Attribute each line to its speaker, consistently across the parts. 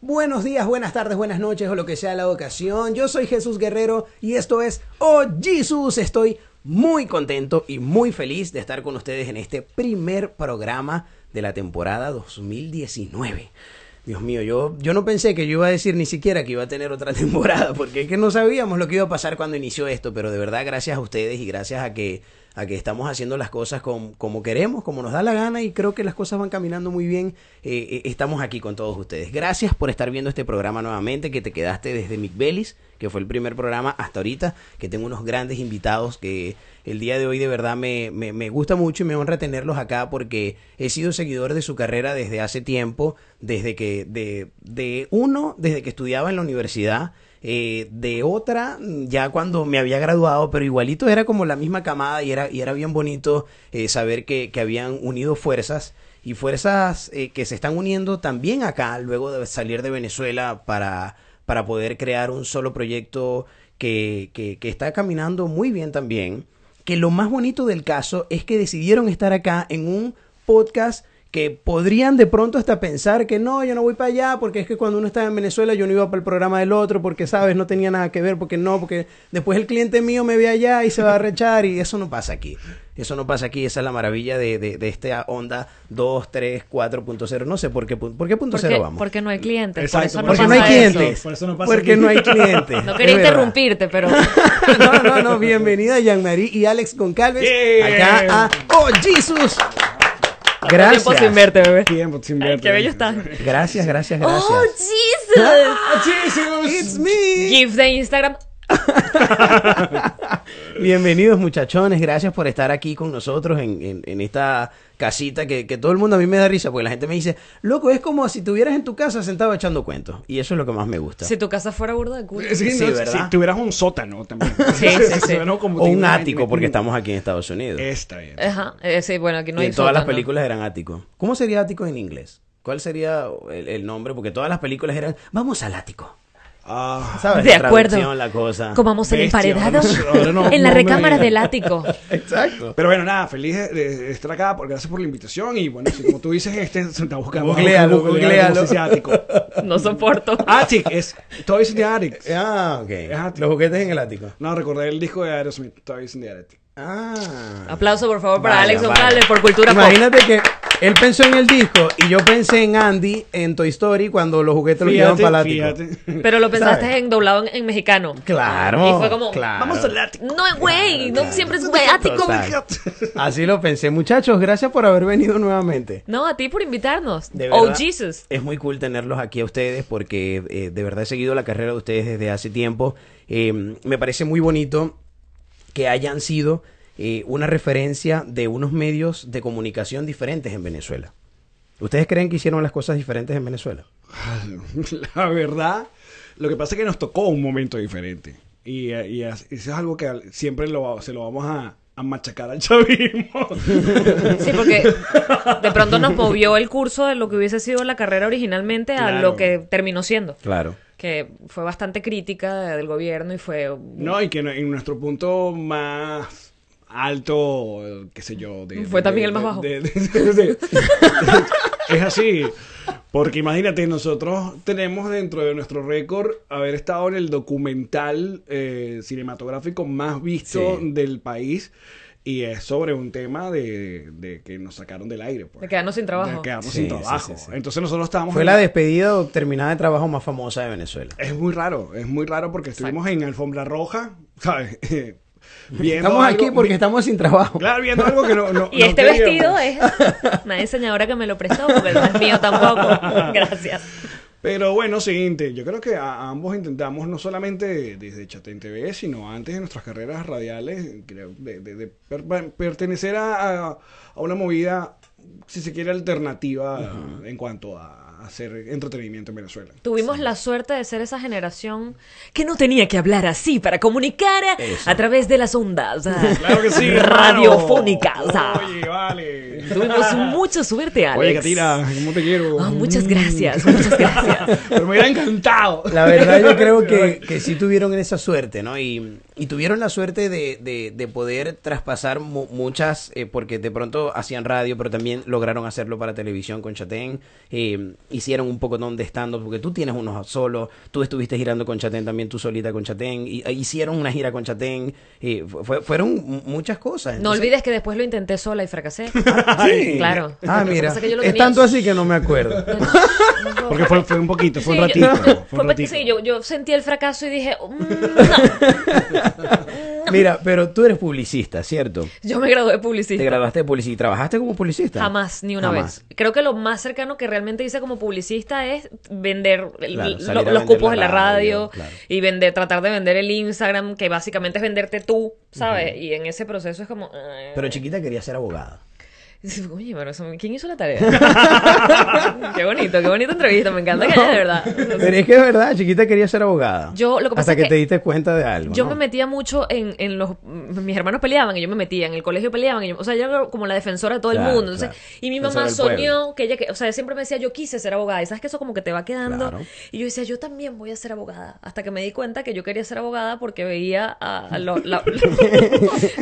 Speaker 1: Buenos días, buenas tardes, buenas noches o lo que sea la ocasión. Yo soy Jesús Guerrero y esto es Oh Jesus. Estoy muy contento y muy feliz de estar con ustedes en este primer programa de la temporada 2019. Dios mío, yo, yo no pensé que yo iba a decir ni siquiera que iba a tener otra temporada, porque es que no sabíamos lo que iba a pasar cuando inició esto, pero de verdad gracias a ustedes y gracias a que, a que estamos haciendo las cosas com- como queremos, como nos da la gana y creo que las cosas van caminando muy bien, eh, eh, estamos aquí con todos ustedes. Gracias por estar viendo este programa nuevamente, que te quedaste desde McBellis, que fue el primer programa hasta ahorita, que tengo unos grandes invitados que el día de hoy de verdad me, me, me gusta mucho y me honra tenerlos acá porque he sido seguidor de su carrera desde hace tiempo, desde que, de, de uno, desde que estudiaba en la universidad, eh, de otra, ya cuando me había graduado, pero igualito era como la misma camada y era, y era bien bonito eh, saber que, que habían unido fuerzas y fuerzas eh, que se están uniendo también acá luego de salir de Venezuela para, para poder crear un solo proyecto que, que, que está caminando muy bien también. Que lo más bonito del caso es que decidieron estar acá en un podcast que podrían de pronto hasta pensar que no, yo no voy para allá porque es que cuando uno estaba en Venezuela yo no iba para el programa del otro porque, sabes, no tenía nada que ver, porque no, porque después el cliente mío me ve allá y se va a rechar y eso no pasa aquí. Eso no pasa aquí, esa es la maravilla de, de, de esta onda 2, 3, 4.0, no sé por qué, pu- por qué punto
Speaker 2: Porque,
Speaker 1: cero Pues vamos.
Speaker 2: porque no hay clientes.
Speaker 3: Exacto,
Speaker 2: por eso no
Speaker 1: porque no
Speaker 2: pasa
Speaker 1: hay
Speaker 2: eso.
Speaker 1: clientes.
Speaker 3: Por eso no pasa
Speaker 1: porque
Speaker 3: aquí.
Speaker 1: no hay clientes.
Speaker 2: No quería
Speaker 1: es verdad.
Speaker 2: interrumpirte, pero
Speaker 1: No, no, no, bienvenida Jean-Marie y Alex Goncalves
Speaker 3: Yeah.
Speaker 1: acá a Oh Jesus. Gracias.
Speaker 2: tiempo sin verte, bebé.
Speaker 3: Tiempo sin
Speaker 2: Ay,
Speaker 3: verte.
Speaker 2: qué bello estás.
Speaker 1: Gracias, gracias,
Speaker 2: ¡Oh,
Speaker 1: gracias.
Speaker 2: Jesus!
Speaker 3: ¡Ah, Jesus!
Speaker 1: It's me.
Speaker 2: GIF de Instagram.
Speaker 1: Bienvenidos muchachones, gracias por estar aquí con nosotros en, en- en esta casita que, que todo el mundo a mí me da risa porque la gente me dice, loco, es como si estuvieras en tu casa sentado echando cuentos y eso es lo que más me gusta.
Speaker 2: Si tu casa fuera burda de culo.
Speaker 3: Es que
Speaker 1: Sí,
Speaker 3: no,
Speaker 1: ¿verdad?
Speaker 3: Si tuvieras un sótano también.
Speaker 2: Sí, sí, sí.
Speaker 3: Sótano como
Speaker 1: o un
Speaker 3: tiene-
Speaker 1: ático porque
Speaker 3: tiene-
Speaker 1: estamos aquí en Estados Unidos.
Speaker 3: Está bien.
Speaker 2: Ajá. eh, sí, bueno, aquí
Speaker 1: y
Speaker 2: no hay
Speaker 1: en todas las
Speaker 2: sótano.
Speaker 1: películas eran ático. ¿Cómo sería ático en inglés? ¿Cuál sería el, el nombre? Porque todas las películas eran, vamos al ático.
Speaker 3: Ah,
Speaker 1: ¿Sabes?
Speaker 2: De
Speaker 1: La
Speaker 2: acuerdo.
Speaker 1: traducción, la cosa.
Speaker 2: Comamos el
Speaker 3: Bestia,
Speaker 2: emparedado
Speaker 3: vamos, ahora no-
Speaker 2: en la
Speaker 3: no me
Speaker 2: recámara
Speaker 3: digas.
Speaker 2: del ático.
Speaker 1: Exacto.
Speaker 3: Pero bueno, nada, feliz de, de estar acá. por- Gracias por la invitación. Y bueno, si como tú dices, este está buscando.
Speaker 1: Googlealo, googlealo.
Speaker 3: como se dice ático.
Speaker 2: No sopororto.
Speaker 3: Attic Ah, es. Toys in the Attic.
Speaker 1: Ah,
Speaker 3: Es
Speaker 1: ok.
Speaker 3: ático.
Speaker 1: Los juguetes en el ático.
Speaker 3: No, recordé el disco de Aerosmith. Toys in the Attic.
Speaker 1: Ah.
Speaker 2: Aplauso, por favor, para
Speaker 1: Vaya,
Speaker 2: Alex
Speaker 1: vaya.
Speaker 2: González por Cultura Pop.
Speaker 1: Imagínate que él pensó en el disco y yo pensé en Andy en Toy Story cuando los juguetes los llevan para el ático.
Speaker 2: Pero lo pensaste
Speaker 1: ¿Sabes?
Speaker 2: en doblado en, en mexicano.
Speaker 1: Claro.
Speaker 2: Y fue como,
Speaker 1: claro.
Speaker 3: Vamos al ático.
Speaker 2: No, güey, no siempre es güey, ático.
Speaker 1: Total.
Speaker 3: God.
Speaker 1: Así lo pensé. Muchachos, gracias por haber venido nuevamente.
Speaker 2: No, a ti por invitarnos.
Speaker 1: De
Speaker 2: oh,
Speaker 1: verdad,
Speaker 2: Jesus.
Speaker 1: Es muy cool tenerlos aquí a ustedes porque eh, de verdad he seguido la carrera de ustedes desde hace tiempo. Eh, me parece muy bonito que hayan sido eh, una referencia de unos medios de comunicación diferentes en Venezuela. ¿Ustedes creen que hicieron las cosas diferentes en Venezuela?
Speaker 3: La verdad, lo que pasa es que nos tocó un momento diferente. Y, eh, y as- eso es algo que al- siempre lo, va- se lo vamos a, a machacar al chavismo.
Speaker 2: Sí, porque de pronto nos movió el curso de lo que hubiese sido la carrera originalmente a
Speaker 3: Claro.
Speaker 2: lo que terminó siendo.
Speaker 1: Claro.
Speaker 2: Que fue bastante crítica del gobierno y fue.
Speaker 3: no, y que no- en nuestro punto más alto, eh, qué sé yo. de-
Speaker 2: Fue
Speaker 3: de-
Speaker 2: también el
Speaker 3: de-
Speaker 2: más bajo.
Speaker 3: de- de- de- es así. Porque imagínate, nosotros tenemos dentro de nuestro récord haber estado en el documental eh, cinematográfico más visto
Speaker 1: Sí.
Speaker 3: del país. Y es sobre un tema de, de que nos sacaron del aire. Pues.
Speaker 2: De quedarnos sin trabajo.
Speaker 3: De quedarnos
Speaker 1: Sí,
Speaker 3: sin
Speaker 1: sí,
Speaker 3: trabajo.
Speaker 1: sí, sí.
Speaker 3: Entonces nosotros estábamos...
Speaker 1: Fue
Speaker 3: en-
Speaker 1: la despedida o terminada de trabajo más famosa de Venezuela.
Speaker 3: Es muy raro, es muy raro porque estuvimos en Alfombra Roja, ¿sabes? Viendo
Speaker 1: Estamos aquí
Speaker 3: algo-
Speaker 1: porque estamos sin trabajo.
Speaker 3: Claro, viendo algo que no... no-
Speaker 2: Y
Speaker 3: no
Speaker 2: este vestido
Speaker 3: queríamos.
Speaker 2: es una diseñadora que me lo prestó, porque no es mío tampoco. Gracias.
Speaker 3: Pero bueno, siguiente. Yo creo que a- ambos intentamos, no solamente desde Chatén TV, sino antes de nuestras carreras radiales, creo, de, de- de per- pertenecer a, a- a una movida, si se quiere, alternativa en cuanto a hacer entretenimiento en Venezuela.
Speaker 2: Tuvimos la suerte de ser esa generación que no tenía que hablar así para comunicar a-
Speaker 1: Eso.
Speaker 2: a través de las ondas ah,
Speaker 3: Claro que sí.
Speaker 2: radiofónicas. ah.
Speaker 3: hermano. Oye, vale.
Speaker 2: Tuvimos mucha suerte, Alex.
Speaker 3: Oye, Katina, ¿cómo te quiero?
Speaker 2: Ah, muchas gracias, muchas gracias.
Speaker 3: Pero me hubiera encantado.
Speaker 1: La verdad yo creo que, que sí tuvieron esa suerte, ¿no? Y, y tuvieron la suerte de, de- de poder traspasar mu- muchas, eh, porque de pronto hacían radio, pero también lograron hacerlo para televisión con Chatén. Eh, hicieron un poco de stand-up, porque tú tienes unos solos, tú estuviste girando con Chatén también, tú solita con Chatén, y, e hicieron una gira con Chatén, y fu- fue- fueron m- muchas cosas.
Speaker 2: No
Speaker 1: entonces-
Speaker 2: olvides que después lo intenté sola y fracasé.
Speaker 1: Sí.
Speaker 2: Claro.
Speaker 1: Ah,
Speaker 2: Lo que
Speaker 1: mira,
Speaker 2: pasa es que yo lo
Speaker 1: es
Speaker 2: tenía-
Speaker 1: tanto así que no me acuerdo.
Speaker 3: Porque fue, fue un poquito, fue un
Speaker 2: Sí, yo-
Speaker 3: ratito. fue un
Speaker 2: fue-
Speaker 3: ratito.
Speaker 2: sí, yo, yo sentí el fracaso y dije, "Mm,
Speaker 1: Mira, pero tú eres publicista, ¿cierto?
Speaker 2: yo me gradué de
Speaker 1: Te
Speaker 2: publicista.
Speaker 1: graduaste de publicista y trabajaste como publicista.
Speaker 2: Jamás, ni una
Speaker 1: Jamás.
Speaker 2: vez. Creo que lo más cercano que realmente hice como publicista es vender el-
Speaker 1: Claro,
Speaker 2: lo-
Speaker 1: salir a
Speaker 2: los
Speaker 1: vender
Speaker 2: cupos
Speaker 1: la
Speaker 2: en la
Speaker 1: radio,
Speaker 2: radio
Speaker 1: claro.
Speaker 2: y vender, tratar de vender el Instagram, que básicamente es venderte tú, ¿sabes? Y en ese proceso es como... eh,
Speaker 1: Pero chiquita quería ser abogada.
Speaker 2: dices, Oye, pero eso- ¿quién hizo la tarea? qué bonito, qué bonita entrevista, me encanta que haya de verdad.
Speaker 1: Pero es que es verdad, chiquita quería ser abogada.
Speaker 2: Yo- lo que
Speaker 1: Hasta
Speaker 2: pasa es
Speaker 1: que,
Speaker 2: que
Speaker 1: te diste cuenta de algo.
Speaker 2: Yo
Speaker 1: ¿no?
Speaker 2: me metía mucho en, en los... m- Mis hermanos peleaban y yo me metía, en el colegio peleaban y yo... O sea, yo era como la defensora de todo
Speaker 1: Claro,
Speaker 2: el mundo. Entonces,
Speaker 1: claro.
Speaker 2: Y mi
Speaker 1: Defensora
Speaker 2: mamá
Speaker 1: del pueblo.
Speaker 2: soñó que ella... que- O sea, siempre me decía, yo quise ser abogada. Y sabes que eso como que te va quedando.
Speaker 1: Claro.
Speaker 2: Y yo decía, yo también voy a ser abogada. Hasta que me di cuenta que yo quería ser abogada porque veía a, a lo- la-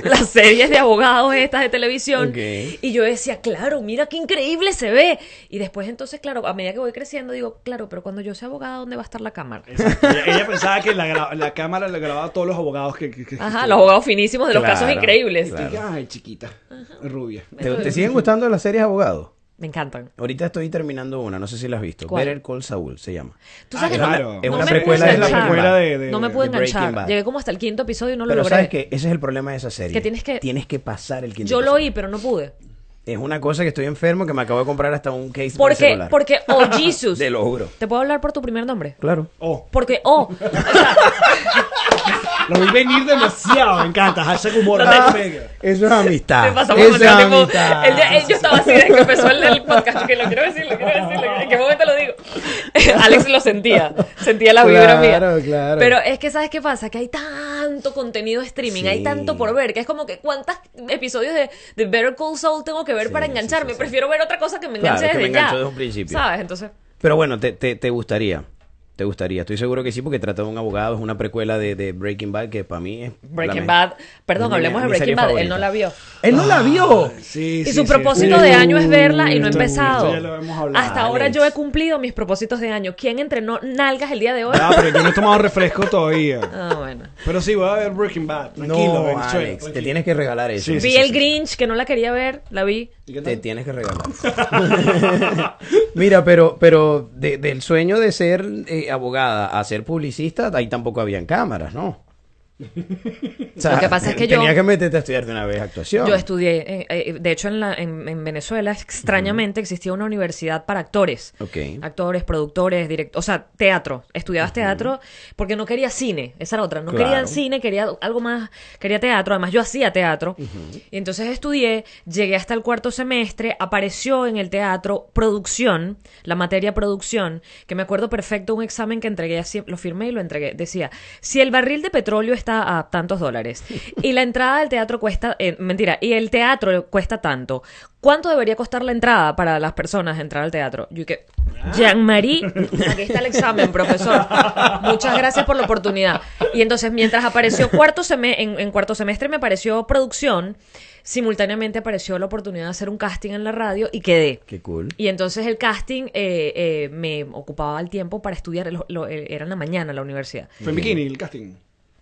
Speaker 2: las series de abogados estas de televisión.
Speaker 1: Ok.
Speaker 2: Y yo decía, claro, mira qué increíble se ve. Y después entonces, claro, a medida que voy creciendo, digo, claro, pero cuando yo sea abogada, ¿dónde va a estar la cámara?
Speaker 3: Exacto. Ella, ella pensaba que la, gra- la cámara le grababa a todos los abogados que. que- que-
Speaker 2: Ajá,
Speaker 3: que-
Speaker 2: los abogados finísimos de los
Speaker 1: Claro,
Speaker 2: casos increíbles.
Speaker 1: claro.
Speaker 3: que- Ay, chiquita. Rubia.
Speaker 1: ¿Te, te siguen gustando las series de abogados?
Speaker 2: Me encantan.
Speaker 1: Ahorita estoy terminando una, no sé si la has visto.
Speaker 2: ¿Cuál?
Speaker 1: Better Call Saul se llama.
Speaker 2: Tú
Speaker 3: Ah,
Speaker 2: sabes que
Speaker 3: claro.
Speaker 2: no,
Speaker 1: Es
Speaker 2: no
Speaker 1: una
Speaker 2: me
Speaker 1: precuela
Speaker 2: pude
Speaker 1: de la
Speaker 2: enganchar.
Speaker 1: precuela
Speaker 3: de- de-
Speaker 2: No me
Speaker 1: de
Speaker 2: pude
Speaker 1: Breaking
Speaker 2: enganchar.
Speaker 1: Bad.
Speaker 2: Llegué como hasta el quinto episodio y no lo
Speaker 1: pero
Speaker 2: logré.
Speaker 1: sabes que ese es el problema de esa serie.
Speaker 2: Que tienes que-
Speaker 1: Tienes que pasar el quinto
Speaker 2: Yo lo
Speaker 1: episodio.
Speaker 2: oí, pero no pude.
Speaker 1: Es una cosa que estoy enfermo que me acabo de comprar hasta un case para el
Speaker 2: Porque,
Speaker 1: celular.
Speaker 2: porque, oh Jesus.
Speaker 1: De logro.
Speaker 2: ¿Te puedo hablar por tu primer nombre?
Speaker 1: Claro.
Speaker 3: Oh,
Speaker 2: Porque, oh. o sea,
Speaker 3: lo vi venir demasiado. Me encanta. Hashtag humor.
Speaker 2: No
Speaker 1: Ah, Eso es amistad.
Speaker 2: me pasó por
Speaker 1: Eso es
Speaker 2: contar, tipo,
Speaker 1: amistad.
Speaker 2: el día- eh, Yo estaba así desde que empezó el, el podcast. Que lo quiero decir, lo quiero decir. lo quiero- ¿En qué momento lo digo? Alex lo sentía. Sentía la
Speaker 1: Claro,
Speaker 2: vibra mía.
Speaker 1: claro.
Speaker 2: Pero es que, ¿sabes qué pasa? Que hay tanto contenido de streaming,
Speaker 1: Sí.
Speaker 2: hay tanto por ver, que es como que cuántos episodios de, de Better Call Saul tengo que ver
Speaker 1: Sí,
Speaker 2: para
Speaker 1: sí,
Speaker 2: engancharme.
Speaker 1: sí, sí.
Speaker 2: Prefiero ver otra cosa que me
Speaker 1: Claro,
Speaker 2: enganche
Speaker 1: que me
Speaker 2: desde
Speaker 1: engancho
Speaker 2: ya.
Speaker 1: desde un principio.
Speaker 2: ¿Sabes? Entonces.
Speaker 1: Pero bueno, te, te, te gustaría. Te gustaría. Estoy seguro que sí, porque trata de un abogado. Es una precuela de, de Breaking Bad que para mí es.
Speaker 2: Breaking
Speaker 1: la Ah, me-
Speaker 2: Bad. Perdón,
Speaker 1: mi-
Speaker 2: hablemos de
Speaker 1: mi
Speaker 2: Breaking
Speaker 1: serie
Speaker 2: Bad. Él
Speaker 1: favorita.
Speaker 2: no la vio.
Speaker 1: Él no la vio.
Speaker 2: Y su propósito
Speaker 1: sí.
Speaker 2: de año es verla y no he
Speaker 1: Esto-
Speaker 2: empezado.
Speaker 3: esto ya lo hemos hablado,
Speaker 2: Hasta ahora
Speaker 1: Alex.
Speaker 2: yo he cumplido mis propósitos de año. ¿Quién entrenó nalgas el día de hoy?
Speaker 3: Ah, pero yo no he tomado refresco todavía.
Speaker 2: Ah, bueno.
Speaker 3: Pero sí, voy a ver Breaking Bad. Tranquilo,
Speaker 1: No,
Speaker 3: Venezuela,
Speaker 1: Alex, te
Speaker 3: tranquilo.
Speaker 1: tienes que regalar eso.
Speaker 3: Sí, sí,
Speaker 2: Vi el Grinch, que no la quería ver, la vi.
Speaker 3: ¿Y qué
Speaker 1: Te
Speaker 3: tal?
Speaker 1: tienes que regalar. Mira, pero, pero de- del sueño de ser eh, abogada a ser publicista, ahí tampoco habían cámaras, ¿no? O
Speaker 2: Lo que pasa es que yo-
Speaker 1: Tenía que meterte a estudiar de una vez actuación.
Speaker 2: Yo estudié, eh, eh, de hecho en, la, en, en Venezuela extrañamente existía una universidad para actores.
Speaker 1: Ok.
Speaker 2: Actores, productores, directores, o sea, teatro. Estudiabas teatro porque no quería cine, esa era otra. No
Speaker 1: Claro.
Speaker 2: quería cine, quería algo más, quería teatro. Además yo hacía teatro. Y entonces estudié, llegué hasta el cuarto semestre, apareció en el teatro producción, la materia producción, que me acuerdo perfecto un examen que entregué, así, lo firmé y lo entregué. Decía, si el barril de petróleo está a tantos dólares y la entrada del teatro cuesta, eh, mentira, y el teatro cuesta tanto, ¿cuánto debería costar la entrada para las personas entrar al teatro? Yo que, Jean-Marie, aquí está el examen, profesor. Muchas gracias por la oportunidad. Y entonces, mientras apareció cuarto seme- en, en cuarto semestre, me apareció producción, simultáneamente apareció la oportunidad de hacer un casting en la radio y quedé.
Speaker 1: Qué cool.
Speaker 2: Y entonces el casting eh, eh, me ocupaba el tiempo para estudiar, lo- lo- eh, era en la mañana la universidad.
Speaker 3: Fue en bikini el casting.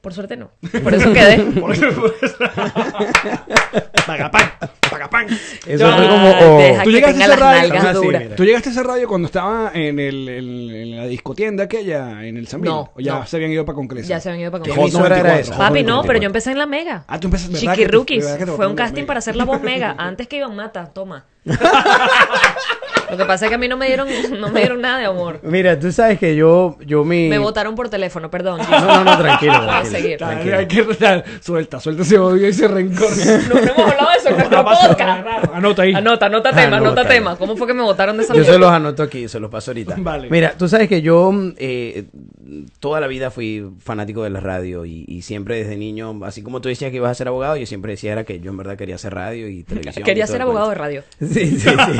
Speaker 2: Por suerte no. Por eso quedé.
Speaker 3: Por eso, por eso. Pagapán, pagapán.
Speaker 1: Eso
Speaker 2: Ya,
Speaker 1: fue como.
Speaker 2: te
Speaker 1: oh,
Speaker 2: deja
Speaker 3: Tú
Speaker 2: que
Speaker 3: llegaste,
Speaker 2: tenga
Speaker 3: a esa
Speaker 2: las
Speaker 3: radio,
Speaker 2: nalgas
Speaker 1: Así,
Speaker 2: duras.
Speaker 1: mira.
Speaker 3: tú llegaste a esa radio cuando estaba en, el, en- en la discotienda aquella, en el San Miguel.
Speaker 2: No,
Speaker 3: ¿O ya
Speaker 2: no.
Speaker 3: se habían ido para Congreso.
Speaker 2: Ya se habían ido para
Speaker 1: ¿Qué
Speaker 2: Congreso.
Speaker 1: emisora era esa?
Speaker 2: Papi, no, pero
Speaker 1: Joven
Speaker 2: yo empecé en la Mega.
Speaker 3: Ah, tú empezaste- ¿verdad que te-
Speaker 2: Chiquirrukis.
Speaker 3: verdad que te
Speaker 2: Fue
Speaker 3: en
Speaker 2: un
Speaker 3: la
Speaker 2: casting
Speaker 3: Mega?
Speaker 2: para hacer la voz Mega. Antes que Iván Mata, toma. Lo que pasa es que a mí no me dieron, no me dieron nada de amor.
Speaker 1: Mira, tú sabes que yo, yo mi.
Speaker 2: Me votaron por teléfono, perdón.
Speaker 1: No, no, no, tranquilo.
Speaker 2: Puedes
Speaker 1: tranquilo,
Speaker 2: seguir.
Speaker 3: Dale,
Speaker 1: tranquilo.
Speaker 3: hay que dale, suelta, suelta ese odio y ese rencor.
Speaker 2: No, no hemos hablado de eso en nuestro
Speaker 3: Anota,
Speaker 2: podcast.
Speaker 3: Anota ahí.
Speaker 2: Anota, anota tema, anota,
Speaker 1: Anota.
Speaker 2: tema. ¿Cómo fue que me votaron de esa
Speaker 1: Yo
Speaker 2: mierda?
Speaker 1: se los anoto aquí, se los paso ahorita.
Speaker 3: Vale.
Speaker 1: Mira, tú sabes que yo mm, eh, toda la vida fui fanático de la radio y, y siempre desde niño, así como tú decías que ibas a ser abogado, yo siempre decía era que yo en verdad quería hacer radio y televisión.
Speaker 2: Quería ser abogado de radio.
Speaker 1: radio. Sí, sí, sí.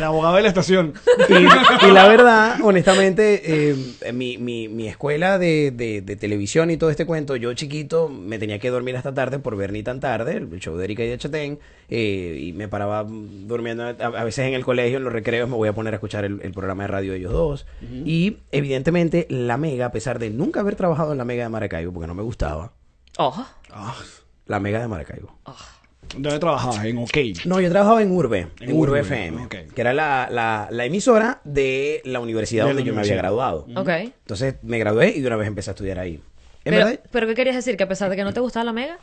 Speaker 3: La abogado de la estación.
Speaker 1: Y, y la verdad, honestamente, eh, mi, mi, mi escuela de, de- de televisión y todo este cuento, yo chiquito me tenía que dormir hasta tarde por ver ni tan tarde, el show de Erika y de Chatén, eh, y me paraba mm, durmiendo a, a veces en el colegio, en los recreos, me voy a poner a escuchar el, el programa de radio de ellos dos. Y evidentemente, La Mega, a pesar de nunca haber trabajado en La Mega de Maracaibo, porque no me gustaba,
Speaker 2: Oh,
Speaker 3: Ah,
Speaker 1: La Mega de Maracaibo.
Speaker 3: ¿Dónde trabajabas? En OK.
Speaker 1: No, yo trabajaba en Urbe, en,
Speaker 3: En
Speaker 1: Urbe,
Speaker 3: Urbe,
Speaker 1: FM,
Speaker 3: ok.
Speaker 1: que era la, la- la emisora de la universidad
Speaker 3: De la
Speaker 1: donde yo me había
Speaker 3: universidad.
Speaker 1: graduado.
Speaker 3: Mm.
Speaker 2: ok.
Speaker 1: Entonces me gradué y de una vez empecé a estudiar ahí. En
Speaker 2: Pero,
Speaker 1: verdad,
Speaker 2: pero ¿qué querías decir? ¿Que a pesar de que no te gustaba la mega?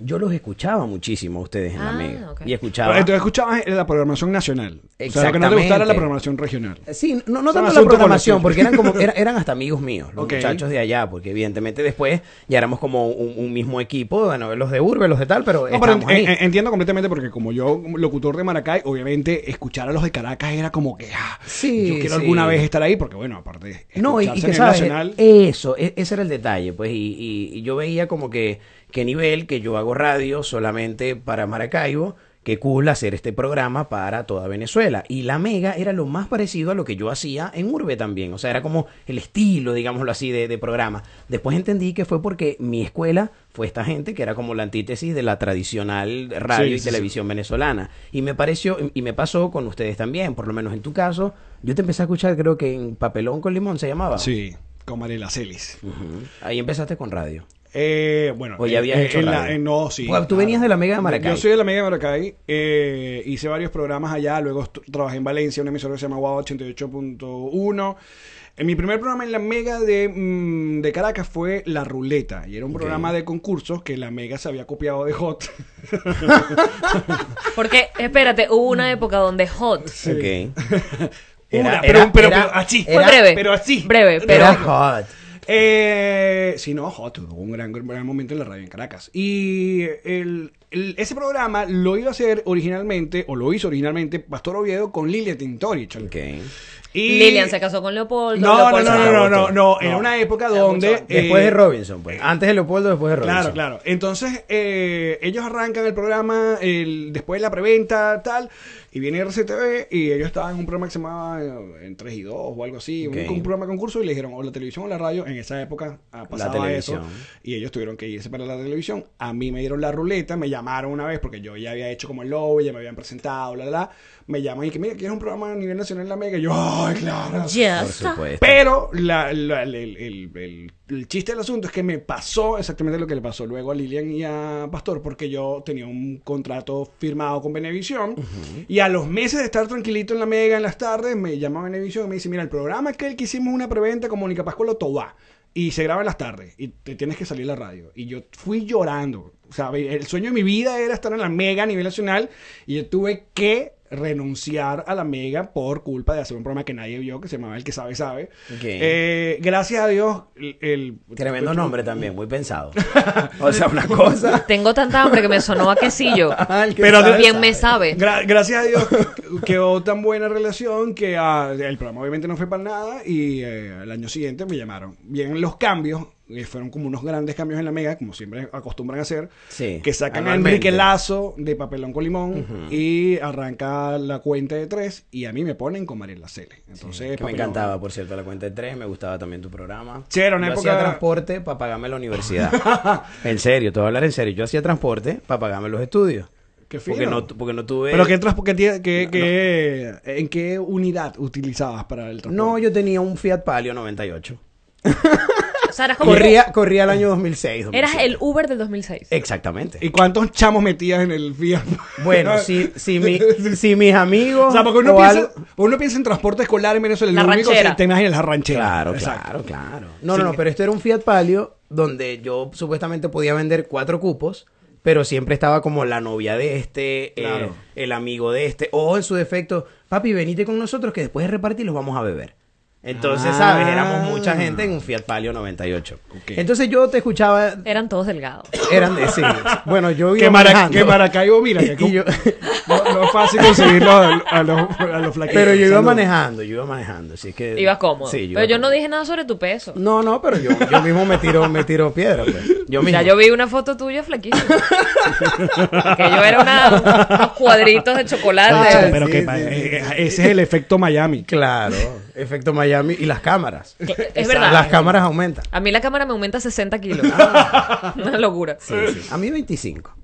Speaker 1: yo los escuchaba muchísimo a ustedes en la
Speaker 2: Ah,
Speaker 1: mega.
Speaker 2: ok.
Speaker 1: Y escuchaba.
Speaker 3: Entonces escuchabas la programación nacional. O sea, lo que no te
Speaker 1: Exactamente.
Speaker 3: gustara era la programación regional.
Speaker 1: Sí, no, no
Speaker 3: Son
Speaker 1: tanto la
Speaker 3: asuntos
Speaker 1: programación,
Speaker 3: con los
Speaker 1: porque
Speaker 3: tuyos.
Speaker 1: eran como era- eran hasta amigos míos, los
Speaker 3: Ok.
Speaker 1: muchachos de allá, porque evidentemente después ya éramos como un, un mismo equipo, bueno, los de Urbe, los de tal, pero,
Speaker 3: No, pero
Speaker 1: estábamos
Speaker 3: en-
Speaker 1: pues, ahí.
Speaker 3: en- entiendo completamente porque como yo, como locutor de Maracay, obviamente escuchar a los de Caracas era como que, ah,
Speaker 1: Sí,
Speaker 3: yo quiero
Speaker 1: sí.
Speaker 3: alguna vez estar ahí porque, bueno, aparte,
Speaker 1: No, y, y
Speaker 3: escucharse a
Speaker 1: que
Speaker 3: nivel
Speaker 1: sabes,
Speaker 3: nacional-
Speaker 1: eso, e- ese era el detalle, pues, y, y- y yo veía como que, qué nivel que yo hago radio solamente para Maracaibo, qué cool hacer este programa para toda Venezuela. Y la Mega era lo más parecido a lo que yo hacía en Urbe también, o sea, era como el estilo, digámoslo así, de, de programa. Después entendí que fue porque mi escuela fue esta gente que era como la antítesis de la tradicional radio
Speaker 3: Sí,
Speaker 1: y
Speaker 3: sí, sí.
Speaker 1: televisión televisión venezolana. Y me pareció, y me pasó con ustedes también, por lo menos en tu caso, yo te empecé a escuchar, creo que en Papelón con Limón se llamaba.
Speaker 3: Sí, con Mariela Celis.
Speaker 1: Ujú. Ahí empezaste con radio.
Speaker 3: Eh, bueno,
Speaker 1: O ya
Speaker 3: eh,
Speaker 1: habías
Speaker 3: eh,
Speaker 1: hecho
Speaker 3: en la-
Speaker 1: radio.
Speaker 3: eh, no, sí.
Speaker 1: Bueno, tú venías de la Mega de Maracay.
Speaker 3: Yo soy de la Mega de Maracay. eh, hice varios programas allá. Luego estu- trabajé en Valencia, una emisora que se llama Wow 88.1. En Eh, mi primer programa en la Mega de, mm, de Caracas fue La Ruleta. Y era un
Speaker 1: Ok.
Speaker 3: programa de concursos que la Mega se había copiado de Hot.
Speaker 2: Porque, espérate, hubo una época donde Hot
Speaker 1: Ok.
Speaker 3: Una, pero- pero-
Speaker 1: era-
Speaker 3: pero así.
Speaker 2: fue
Speaker 1: era-
Speaker 2: breve.
Speaker 3: pero así.
Speaker 2: Breve, pero...
Speaker 1: era hot.
Speaker 3: Eh, sí, no, Hot tuvo un gran, gran momento en la radio en Caracas. Y el, el- ese programa lo iba a hacer originalmente, o lo hizo originalmente, Pastor Oviedo con Lilia Tintorich.
Speaker 1: Ok.
Speaker 3: Y-
Speaker 2: Lilian se casó con Leopoldo.
Speaker 3: No, no,
Speaker 2: Leopoldo
Speaker 3: no,
Speaker 2: se
Speaker 3: no,
Speaker 2: casó-
Speaker 3: no, no,
Speaker 1: Leopoldo.
Speaker 3: no, no, en
Speaker 1: No.
Speaker 3: una época
Speaker 2: Era
Speaker 3: donde...
Speaker 2: mucho
Speaker 1: Después
Speaker 3: eh,
Speaker 1: de Robinson, pues. Antes de Leopoldo, después de Robinson.
Speaker 3: Claro, claro. Entonces, eh, ellos arrancan el programa el, después de la preventa, tal, y viene RCTV y ellos estaban en un programa que se llamaba eh, En 3 y 2 o algo así, un-
Speaker 1: Ok.
Speaker 3: un, programa de concurso y le dijeron o la televisión o la radio, en esa época ah, pasaba eso,
Speaker 1: televisión.
Speaker 3: y ellos tuvieron que irse para la televisión, a mí me dieron la ruleta, me llamaron una vez porque yo ya había hecho como el lobby, ya me habían presentado, bla, bla, bla, me llaman y que mira, ¿quieres un programa a nivel nacional en la mega? Y yo, ay, claro.
Speaker 1: Por
Speaker 2: Yes.
Speaker 1: supuesto.
Speaker 3: Pero la- la- el, el- el- el- el chiste del asunto es que me pasó exactamente lo que le pasó luego a Lilian y a Pastor, porque yo tenía un contrato firmado con Benevisión. Y a los meses de estar tranquilito en la mega en las tardes, me llama Benevisión y me dice: Mira, el programa aquel que hicimos una preventa con Mónica Pascual Tobá. Y se graba en las tardes y te tienes que salir a la radio. Y yo fui llorando. O sea, el sueño de mi vida era estar en la mega a nivel nacional y yo tuve que renunciar a la mega por culpa de hacer un programa que nadie vio que se llamaba El que sabe sabe.
Speaker 1: Ok.
Speaker 3: Eh, gracias a Dios el, el-
Speaker 1: Tremendo nombre también, muy pensado. O sea, una cosa.
Speaker 2: Tengo tanta hambre que me sonó a quesillo.
Speaker 1: al que
Speaker 3: Pero
Speaker 1: sabe,
Speaker 2: Bien
Speaker 1: sabe.
Speaker 2: me sabe.
Speaker 3: gra- gracias a Dios quedó tan buena relación que ah, el programa obviamente no fue para nada y eh, al año siguiente me llamaron. Bien los cambios, eh, fueron como unos grandes cambios en la mega, como siempre acostumbran a hacer,
Speaker 1: Sí,
Speaker 3: que sacan a
Speaker 1: anualmente.
Speaker 3: Enrique Lazo de Papelón con Limón y arranca la cuenta de tres y a mí me ponen con Mariela Cele. Entonces,
Speaker 1: Que me
Speaker 3: Papelón-
Speaker 1: encantaba, por cierto, la cuenta de tres. Me gustaba también tu programa.
Speaker 3: Sí, era una
Speaker 1: yo
Speaker 3: época-
Speaker 1: hacía transporte para pagarme la universidad. en serio, te voy a hablar en serio. Yo hacía transporte para pagarme los estudios.
Speaker 3: Qué fino.
Speaker 1: Porque no, porque no tuve...
Speaker 3: ¿Pero qué transporte, qué, qué- qué- en qué unidad utilizabas para el transporte?
Speaker 1: No, yo tenía un Fiat Palio 98.
Speaker 2: O sea, eras como...
Speaker 1: Corría, corría el año 2006.
Speaker 2: Eras
Speaker 1: 2007.
Speaker 2: el Uber del 2006.
Speaker 1: Exactamente.
Speaker 3: ¿Y cuántos chamos metías en el Fiat?
Speaker 1: Bueno, si, si, mi- si mis amigos...
Speaker 3: O sea, porque uno,
Speaker 1: o
Speaker 3: piensa,
Speaker 1: algo-
Speaker 3: uno piensa en transporte escolar en Venezuela,
Speaker 2: La
Speaker 3: lo único que
Speaker 2: ranchera.
Speaker 3: te imaginas es la ranchera.
Speaker 1: Claro,
Speaker 3: Exacto.
Speaker 1: claro, claro. No,
Speaker 3: Sí.
Speaker 1: no, no, pero esto era un Fiat Palio donde yo supuestamente podía vender cuatro cupos, pero siempre estaba como la novia de este, eh,
Speaker 3: Claro.
Speaker 1: el amigo de este, o en su defecto, papi, venite con nosotros que después de repartir los vamos a beber. Entonces,
Speaker 3: Ah.
Speaker 1: ¿sabes? Éramos mucha gente en un Fiat Palio 98.
Speaker 3: Ok.
Speaker 1: Entonces yo te escuchaba...
Speaker 2: Eran todos delgados.
Speaker 1: Eran de sí. Bueno, yo
Speaker 3: Que,
Speaker 1: iba
Speaker 3: Mara-
Speaker 1: manejando.
Speaker 3: que Maracaibo, mira, que
Speaker 1: Y yo-
Speaker 3: no, no es fácil conseguirlo a, a los, a los flaquitos.
Speaker 1: Pero yo iba
Speaker 3: Salud.
Speaker 1: manejando, yo iba manejando, así que...
Speaker 2: Ibas cómodo.
Speaker 1: Sí,
Speaker 2: pero
Speaker 1: iba
Speaker 2: yo no
Speaker 1: cómodo.
Speaker 2: dije nada sobre tu peso.
Speaker 1: No, no, pero yo, yo mismo me tiro, me tiro piedra, pues. Yo mismo.
Speaker 2: Ya yo vi una foto tuya flaquísima. que yo era una, unos cuadritos de
Speaker 1: Ah,
Speaker 2: chocolate.
Speaker 3: Pero
Speaker 1: Sí,
Speaker 3: que
Speaker 1: sí,
Speaker 3: pa-
Speaker 1: sí.
Speaker 3: eh, ese es el efecto Miami.
Speaker 1: Claro, efecto Miami y las cámaras.
Speaker 2: es verdad.
Speaker 1: Las cámaras aumentan.
Speaker 2: A mí la cámara me aumenta 60 kilos. Ah, Una locura.
Speaker 1: A mí 25.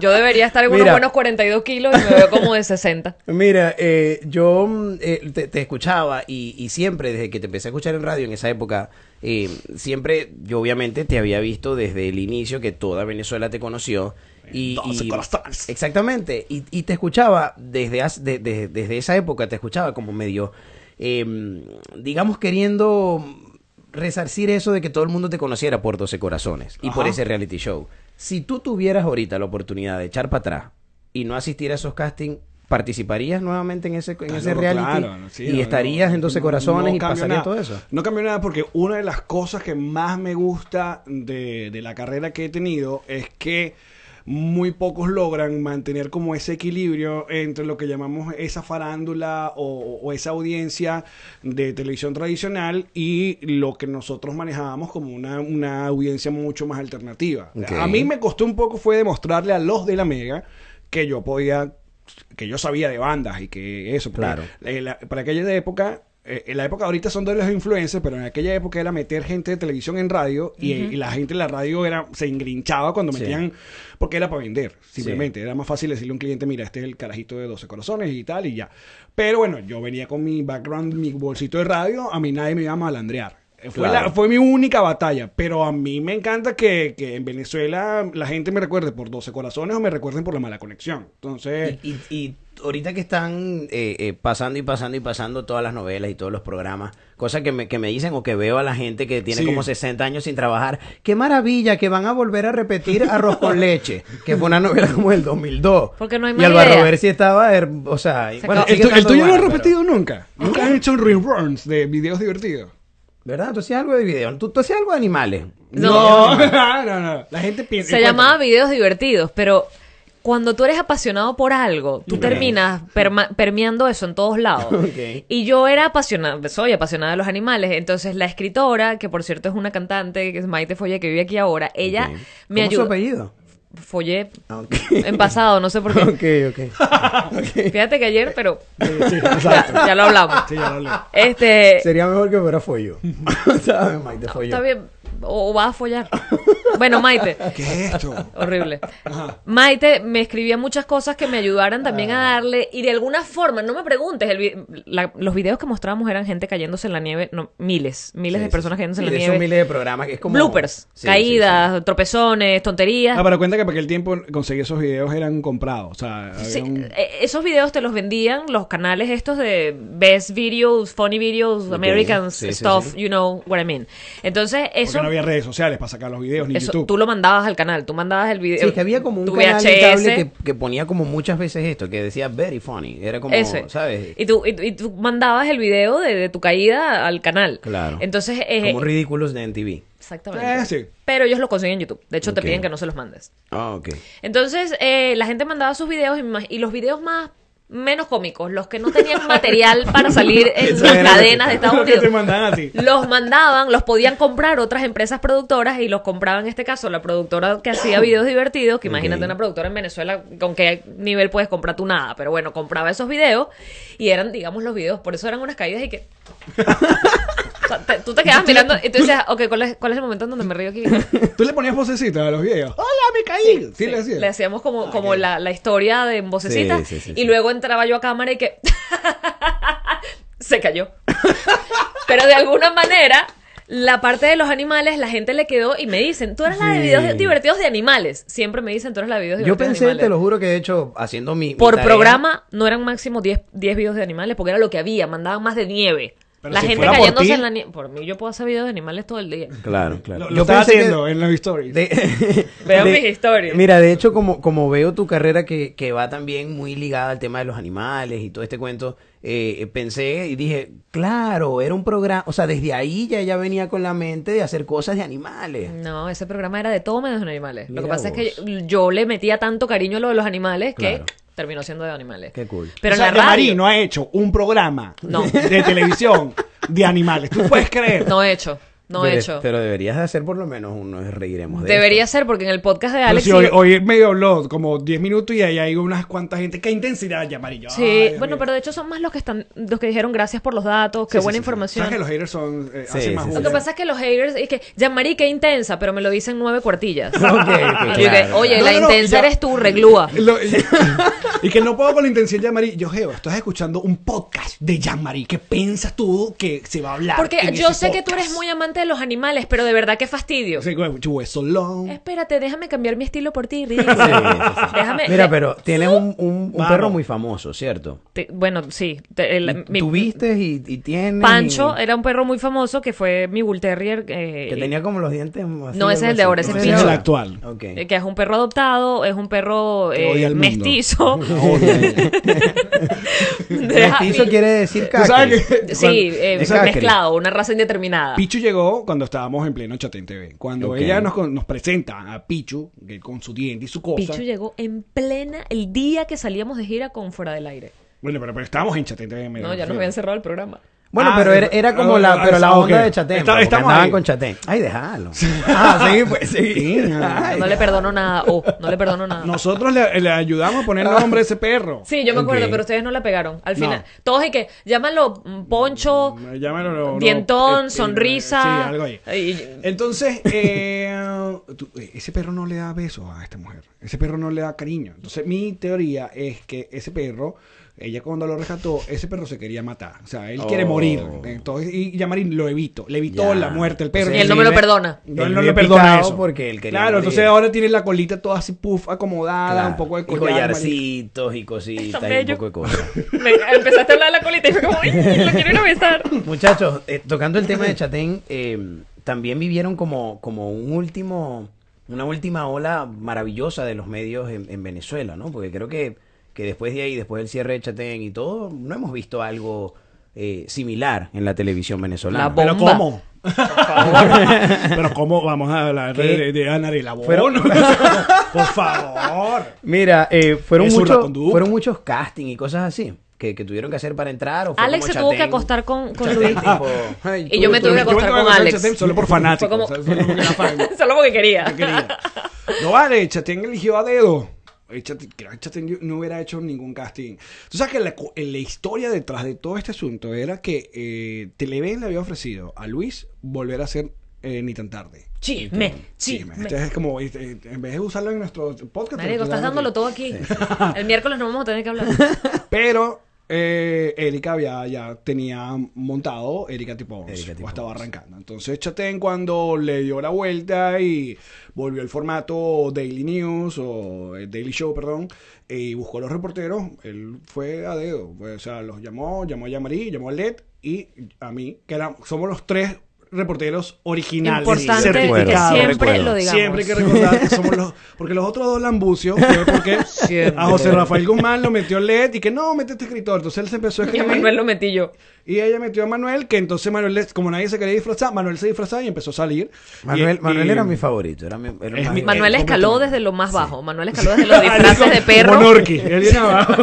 Speaker 2: Yo debería estar en unos
Speaker 1: Mira.
Speaker 2: buenos 42 kilos y me veo como de 60.
Speaker 1: Mira, eh, yo mm, eh, te, te escuchaba y, y siempre, desde que te empecé a escuchar en radio en esa época, eh, siempre, yo obviamente te había visto desde el inicio que toda Venezuela te conoció. Y,
Speaker 3: Doce
Speaker 1: y-
Speaker 3: corazones.
Speaker 1: Exactamente. Y, y te escuchaba desde, hace- de- de- desde esa época, te escuchaba como medio, eh, digamos, queriendo resarcir eso de que todo el mundo te conociera por 12 corazones y por
Speaker 3: Ajá.
Speaker 1: ese reality show. Si tú tuvieras ahorita la oportunidad de echar para atrás y no asistir a esos castings, ¿participarías nuevamente en ese, en
Speaker 3: Está
Speaker 1: ese
Speaker 3: loco,
Speaker 1: reality?
Speaker 3: claro, no, sí,
Speaker 1: y
Speaker 3: no, no,
Speaker 1: estarías en 12
Speaker 3: no,
Speaker 1: corazones
Speaker 3: no
Speaker 1: y
Speaker 3: cambio
Speaker 1: pasaría
Speaker 3: nada.
Speaker 1: todo eso.
Speaker 3: No cambió nada porque una de las cosas que más me gusta de, de la carrera que he tenido es que muy pocos logran mantener como ese equilibrio entre lo que llamamos esa farándula o, o esa audiencia de televisión tradicional y lo que nosotros manejábamos como una, una audiencia mucho más alternativa.
Speaker 1: Ok.
Speaker 3: A mí me costó un poco fue demostrarle a los de la Mega que yo podía que yo sabía de bandas y que eso porque
Speaker 1: Claro.
Speaker 3: eh, la- para aquella época, eh, en la época ahorita son de los influencers, pero en aquella época era meter gente de televisión en radio y, y la gente en la radio era se engrinchaba cuando
Speaker 1: Sí.
Speaker 3: metían, porque era para vender, simplemente. Era más fácil decirle a un cliente, mira, este es el carajito de 12 corazones y tal y ya. Pero bueno, yo venía con mi background, mi bolsito de radio, a mí nadie me iba a malandrear. Eh, Fue,
Speaker 1: Claro.
Speaker 3: la- fue mi única batalla, pero a mí me encanta que, que en Venezuela la gente me recuerde por 12 corazones o me recuerden por la mala conexión. Entonces...
Speaker 1: Y, y- y ahorita que están eh, eh, pasando y pasando y pasando todas las novelas y todos los programas, cosa que me, que me dicen o que veo a la gente que tiene
Speaker 3: Sí.
Speaker 1: como 60 años sin trabajar, qué maravilla que van a volver a repetir Arroz con Leche, que fue una novela como el 2002.
Speaker 2: Porque no hay
Speaker 1: Y
Speaker 2: más
Speaker 1: Alba
Speaker 2: idea.
Speaker 1: Roberts sí estaba, her- o sea, y-
Speaker 2: Se
Speaker 1: bueno,
Speaker 2: acabó.
Speaker 3: El,
Speaker 1: sigue
Speaker 3: tu- el
Speaker 1: estando
Speaker 3: tuyo no
Speaker 1: buena,
Speaker 3: lo has
Speaker 1: pero-
Speaker 3: repetido nunca. Nunca has hecho reruns de videos divertidos.
Speaker 1: ¿Verdad? Tú hacías algo de video, tú, tú hacías algo de animales.
Speaker 2: No.
Speaker 3: no, no, no. La gente piensa.
Speaker 2: Se llamaba videos divertidos, pero cuando tú eres apasionado por algo, tú terminas perma- permeando eso en todos lados.
Speaker 1: Ok.
Speaker 2: Y yo era apasionada, soy apasionada de los animales, entonces la escritora, que por cierto es una cantante, que es Maite Follé, que vive aquí ahora, ella
Speaker 1: Ok.
Speaker 2: me
Speaker 1: ¿Cómo es su
Speaker 2: ayudó.
Speaker 1: apellido?
Speaker 2: Follé
Speaker 1: Ah, ok.
Speaker 2: en pasado, no sé por qué.
Speaker 1: ok, ok. Ok.
Speaker 2: Fíjate que ayer, pero
Speaker 3: Sí, exacto.
Speaker 2: ya, ya lo hablamos.
Speaker 3: Sí, ya lo hablé.
Speaker 2: Este,
Speaker 1: Sería mejor que fuera Follo. ¿Sabes, Mike? De Follo.
Speaker 2: está bien, o, o vas a follar. Bueno, Maite,
Speaker 3: ¿Qué es esto?
Speaker 2: Horrible. Maite me escribía muchas cosas que me ayudaran también
Speaker 1: Ah.
Speaker 2: a darle. Y de alguna forma, no me preguntes, el vi- la- los videos que mostrábamos eran gente cayéndose en la nieve, no, miles, miles
Speaker 1: Sí,
Speaker 2: de personas
Speaker 1: sí, sí.
Speaker 2: cayéndose
Speaker 1: Y
Speaker 2: en la
Speaker 1: de
Speaker 2: nieve.
Speaker 1: Esos miles de programas que es como...
Speaker 2: Bloopers,
Speaker 1: Sí, sí,
Speaker 2: caídas, tropezones, tonterías.
Speaker 3: Ah, pero cuenta que para aquel tiempo conseguir esos videos eran comprados. O sea, había
Speaker 2: Sí,
Speaker 3: un-
Speaker 2: eh, esos videos te los vendían los canales estos de Best Videos, Funny Videos, American
Speaker 1: sí, sí,
Speaker 2: Stuff,
Speaker 1: sí.
Speaker 2: you know what I mean. Entonces,
Speaker 3: Porque
Speaker 2: eso,
Speaker 3: no había redes sociales para sacar los videos ni
Speaker 2: eso
Speaker 3: YouTube.
Speaker 2: tú lo mandabas al canal, tú mandabas el
Speaker 1: sí.
Speaker 2: video.
Speaker 1: Sí, es que había como un
Speaker 2: eh, tu
Speaker 1: canal de
Speaker 2: VHS.
Speaker 1: cable que, que ponía como muchas veces esto, que decía very funny. Era como,
Speaker 2: Eso es.
Speaker 1: ¿sabes?
Speaker 2: Y tú, y, tú- y tú mandabas el video de, de tu caída al canal.
Speaker 1: Claro.
Speaker 2: Entonces, eh,
Speaker 1: como ridículos de MTV.
Speaker 2: exactamente.
Speaker 3: Eh, sí.
Speaker 2: Pero ellos lo consiguen en YouTube. De hecho,
Speaker 1: Ok.
Speaker 2: te piden que no se los mandes.
Speaker 1: Ah, ok.
Speaker 2: Entonces, eh, la gente mandaba sus videos y, más- y los videos más menos cómicos, los que no tenían material para salir en
Speaker 1: Eso
Speaker 2: las
Speaker 1: era lo que-
Speaker 2: cadenas de Estados
Speaker 3: Lo que
Speaker 2: Unidos.
Speaker 3: te mandaban a ti.
Speaker 2: Los mandaban, los podían comprar otras empresas productoras y los compraban en este caso la productora que hacía videos divertidos, que imagínate
Speaker 1: Ok.
Speaker 2: una productora en Venezuela con qué nivel puedes comprar tú nada, pero bueno, compraba esos videos y eran, digamos, los videos, por eso eran unas caídas y que... O sea, te- tú te quedabas mirando y tú decías, ok, ¿cuál es, cuál es el momento en donde me río aquí?
Speaker 3: Tú le ponías vocecita a los videos. ¡Hola, me caí! Sí, le hacías.
Speaker 2: Le hacíamos como, como la, la historia de en vocecita.
Speaker 1: Ah, Sí, sí, sí,
Speaker 2: y
Speaker 1: sí.
Speaker 2: luego entraba yo a cámara y que. se cayó. Pero de alguna manera, la parte de los animales, la gente le quedó y me dicen, tú eres la de
Speaker 1: Sí.
Speaker 2: videos divertidos de animales. Siempre me dicen, tú eres la de videos
Speaker 1: Yo
Speaker 2: divertidos de
Speaker 1: pensé,
Speaker 2: animales.
Speaker 1: te lo juro, que de hecho, haciendo mi... mi
Speaker 2: eh. Por
Speaker 1: tarea-
Speaker 2: programa no eran máximo 10 10 videos de animales porque era lo que había, mandaban más de nieve.
Speaker 3: Pero
Speaker 2: la
Speaker 3: si
Speaker 2: gente
Speaker 3: fuera por ti.
Speaker 2: cayéndose en la nieve. Por mí, yo puedo hacer videos de animales todo el día.
Speaker 1: Claro, claro.
Speaker 3: Lo, lo estaba
Speaker 1: pensé que-
Speaker 3: haciendo eh. en los stories.
Speaker 1: De-
Speaker 2: Veo mis historias.
Speaker 1: Mira, de hecho, como, como veo tu carrera que, que va también muy ligada al tema de los animales y todo este cuento, eh, pensé y dije, claro, era un programa, o sea, desde ahí ya ella venía con la mente de hacer cosas de animales.
Speaker 2: No, ese programa era de todo menos de animales. lo que
Speaker 1: Mira
Speaker 2: pasa es
Speaker 1: vos.
Speaker 2: que yo le metía tanto cariño a lo de los animales que
Speaker 1: Claro.
Speaker 2: terminó siendo de animales.
Speaker 1: Qué cool.
Speaker 2: Pero
Speaker 3: o sea,
Speaker 2: en la
Speaker 3: Yamari
Speaker 2: radio
Speaker 3: no ha hecho un programa
Speaker 2: No.
Speaker 3: de televisión de animales. ¿Tú puedes creer?
Speaker 2: no he hecho, no he
Speaker 1: Pero-
Speaker 2: hecho.
Speaker 1: Pero deberías de hacer por lo menos uno, reiremos este de este.
Speaker 2: Debería
Speaker 1: esto.
Speaker 2: ser porque en el podcast de
Speaker 3: Pero
Speaker 2: Alex
Speaker 3: si
Speaker 2: y-
Speaker 3: hoy, hoy medio habló como 10 minutos y ahí hay unas cuantas gente. ¡Qué intensidad, Yamari! Yo,
Speaker 2: Sí,
Speaker 3: ay, Dios
Speaker 2: bueno,
Speaker 3: mío.
Speaker 2: pero de hecho son más los que están los que dijeron gracias por los datos, qué
Speaker 3: Sí, sí,
Speaker 2: buena
Speaker 3: sí, sí.
Speaker 2: información.
Speaker 3: Sabes que los haters son. eh,
Speaker 1: Sí,
Speaker 3: hacen más
Speaker 1: sí, sí.
Speaker 2: Lo
Speaker 3: bulla.
Speaker 2: que pasa es que los haters es que Jean-Marie qué intensa, pero me lo dicen nueve cuartillas.
Speaker 1: Ok, ok,
Speaker 2: Yo
Speaker 1: claro,
Speaker 2: que,
Speaker 1: claro.
Speaker 2: Oye,
Speaker 3: No,
Speaker 2: la
Speaker 3: no, no,
Speaker 2: intensa
Speaker 3: ya-
Speaker 2: eres tú, reglúa.
Speaker 3: Lo- y que no puedo con la intensidad de Jean-Marie. Yo, Geo, estás escuchando un podcast de Jean-Marie. ¿Qué piensas tú que se va a hablar?
Speaker 2: Porque
Speaker 3: en
Speaker 2: yo
Speaker 3: ese
Speaker 2: sé que tú
Speaker 3: podcast?
Speaker 2: eres muy amante de los animales, pero de verdad qué fastidio.
Speaker 3: Sí, güey, yo, eso long.
Speaker 2: Espérate, déjame cambiar mi estilo por ti,
Speaker 1: Sí,
Speaker 2: ridículo.
Speaker 1: sí, sí.
Speaker 2: Déjame.
Speaker 1: Mira,
Speaker 2: de-
Speaker 1: pero tienes un, un- un
Speaker 3: Vamos.
Speaker 1: perro muy famoso, ¿cierto?
Speaker 2: te- bueno, sí. te- el- mi-
Speaker 1: Tuviste y, y tienes...
Speaker 2: Pancho eh,
Speaker 1: y-
Speaker 2: era un perro muy famoso que fue mi Bull Terrier. eh,
Speaker 1: Que tenía como los dientes... así,
Speaker 2: No, ese es el de
Speaker 1: algo
Speaker 2: ahora,
Speaker 1: así.
Speaker 2: ese
Speaker 3: es el actual.
Speaker 1: Ok.
Speaker 2: eh, que es un perro adoptado, es un perro
Speaker 3: Te
Speaker 2: eh,
Speaker 3: odia el mundo.
Speaker 2: mestizo. Deja-
Speaker 1: Mestizo quiere decir
Speaker 3: ¿Tú sabes
Speaker 1: caqui.
Speaker 3: que-
Speaker 2: Sí, eh,
Speaker 1: de Cáceres.
Speaker 2: mezclado, una raza indeterminada.
Speaker 3: Pichu llegó cuando estábamos en pleno Chatén TV. Cuando
Speaker 1: Ok.
Speaker 3: ella nos, con- nos presenta a Pichu, que con su diente y su cosa.
Speaker 2: Pichu llegó en plena, el día que salíamos de gira con Fuera del Aire.
Speaker 3: Bueno, pero, pero estábamos en Chatén TV. me
Speaker 2: No, ya nos
Speaker 3: refiero.
Speaker 2: habían cerrado el programa.
Speaker 1: Bueno,
Speaker 3: Ah,
Speaker 1: pero era, era como
Speaker 3: ah,
Speaker 1: la,
Speaker 3: ah,
Speaker 1: pero la
Speaker 3: ah,
Speaker 1: onda
Speaker 3: ok.
Speaker 1: de Chatén.
Speaker 3: Está-
Speaker 1: porque
Speaker 3: estamos
Speaker 1: andaban
Speaker 3: ahí.
Speaker 1: con Chatén. Ay, déjalo. Ah, sí, pues sí. Ay.
Speaker 2: No le perdono nada. Oh, no le perdono nada.
Speaker 3: Nosotros le, le ayudamos a poner nombre a ese perro.
Speaker 2: Sí, yo me acuerdo,
Speaker 1: Ok.
Speaker 2: pero ustedes no la pegaron. Al
Speaker 3: No.
Speaker 2: final, todos y que llámalo mm, Poncho,
Speaker 3: Llámalo, no, no,
Speaker 2: dientón,
Speaker 3: eh, eh,
Speaker 2: sonrisa.
Speaker 3: Sí, algo ahí.
Speaker 2: Ay,
Speaker 3: Entonces, eh, tú- eh, ese perro no le da besos a esta mujer. Ese perro no le da cariño. Entonces, mi teoría es que ese perro, ella cuando lo rescató, ese perro se quería matar. O sea, él quiere
Speaker 1: Oh.
Speaker 3: morir. Entonces, y Yamarín lo evitó. Le evitó
Speaker 1: Ya. Pues
Speaker 3: la muerte al perro.
Speaker 2: Y él no me lo
Speaker 1: vive-
Speaker 2: perdona.
Speaker 3: No,
Speaker 1: él
Speaker 3: él no
Speaker 1: vive
Speaker 3: le perdona
Speaker 1: picado
Speaker 3: eso.
Speaker 1: porque él quería
Speaker 3: Claro,
Speaker 1: morir.
Speaker 3: entonces ahora tiene la colita toda así, puff, acomodada,
Speaker 1: Claro,
Speaker 3: un poco de
Speaker 1: y collarcitos y cositas
Speaker 2: Tan
Speaker 1: y un
Speaker 2: bello.
Speaker 1: poco de cosas.
Speaker 2: me- empezaste a hablar de la colita y fue como, "Ay, lo quiero ir a besar.
Speaker 1: Muchachos, eh, tocando el tema de Chatén, eh, también vivieron como, como un último, una última ola maravillosa de los medios en, en Venezuela, ¿no? Porque creo que, que después de ahí, después del cierre de Chatén y todo, no hemos visto algo eh, similar en la televisión venezolana.
Speaker 2: La
Speaker 3: Pero
Speaker 2: Bomba.
Speaker 3: ¿cómo? Pero ¿cómo vamos a hablar
Speaker 1: ¿Qué?
Speaker 3: de, de, de Ana de la Bono?
Speaker 1: Fueron-
Speaker 3: Por favor.
Speaker 1: Mira, eh, fueron,
Speaker 3: Es una
Speaker 1: muchos,
Speaker 3: conducta.
Speaker 1: fueron muchos casting y cosas así que, que tuvieron que hacer para entrar. O fue
Speaker 2: Alex
Speaker 1: como
Speaker 2: se tuvo que
Speaker 1: Chatén-
Speaker 2: acostar con, con
Speaker 1: Chatén,
Speaker 2: Luis.
Speaker 1: tipo, "Ay,
Speaker 2: Y
Speaker 1: tú-
Speaker 2: yo me
Speaker 1: tú-
Speaker 2: tuve que
Speaker 3: Yo me
Speaker 2: acostar
Speaker 3: tuve
Speaker 2: con
Speaker 3: que
Speaker 2: Alex.
Speaker 3: Chatem solo por
Speaker 2: Fue
Speaker 3: fanático.
Speaker 2: como-
Speaker 3: o sea, solo porque era fan.
Speaker 2: Solo porque quería.
Speaker 3: que quería. No vale, Chatén eligió a dedo. Eh, Chaten- creo que Chaten no hubiera hecho ningún casting. Tú sabes que la, cu- la historia detrás de todo este asunto era que eh, Televen le había ofrecido a Luis volver a ser eh, ni tan tarde.
Speaker 2: Chisme,
Speaker 3: Chisme.
Speaker 2: chisme.
Speaker 3: Entonces es como, eh, eh, en vez de usarlo en nuestro podcast.
Speaker 2: Marico,
Speaker 3: lo
Speaker 2: estás
Speaker 3: usamos
Speaker 2: dándolo
Speaker 3: aquí.
Speaker 2: todo aquí. El miércoles no vamos a tener que hablar.
Speaker 3: Pero eh, Erika había, ya tenía montado Erika Tipo
Speaker 1: Erika Tipons.
Speaker 3: estaba arrancando. Entonces Chatén cuando le dio la vuelta y volvió el formato Daily News o eh, Daily Show, perdón, y buscó a los reporteros, él fue a dedo. Pues, o sea, los llamó, llamó a Yamari, llamó a Led y a mí, que eran, somos los tres reporteros originales.
Speaker 2: Importante que
Speaker 3: certificados.
Speaker 2: siempre
Speaker 1: recuerdo.
Speaker 2: lo digamos.
Speaker 3: Siempre hay que recordar que somos los. Porque los otros dos lambucios fue porque
Speaker 2: Siempre.
Speaker 3: a José Rafael Guzmán lo metió LED y que no, mete este escritor. Entonces él se empezó a
Speaker 2: Y a Manuel
Speaker 3: escribir.
Speaker 2: lo metí yo.
Speaker 3: Y ella metió a Manuel, que entonces Manuel, le- como nadie se quería disfrazar, Manuel se disfrazaba y empezó a salir.
Speaker 1: Manuel,
Speaker 3: Y-
Speaker 1: Manuel
Speaker 3: y-
Speaker 1: era mi favorito. Era mi, era
Speaker 3: Es
Speaker 1: más-
Speaker 3: mi-
Speaker 2: Manuel
Speaker 3: Eh,
Speaker 2: escaló
Speaker 3: completamente.
Speaker 2: desde lo más bajo. Manuel escaló desde los disfraces
Speaker 3: Como-
Speaker 2: de perro.
Speaker 3: Como Norqui. Él viene abajo.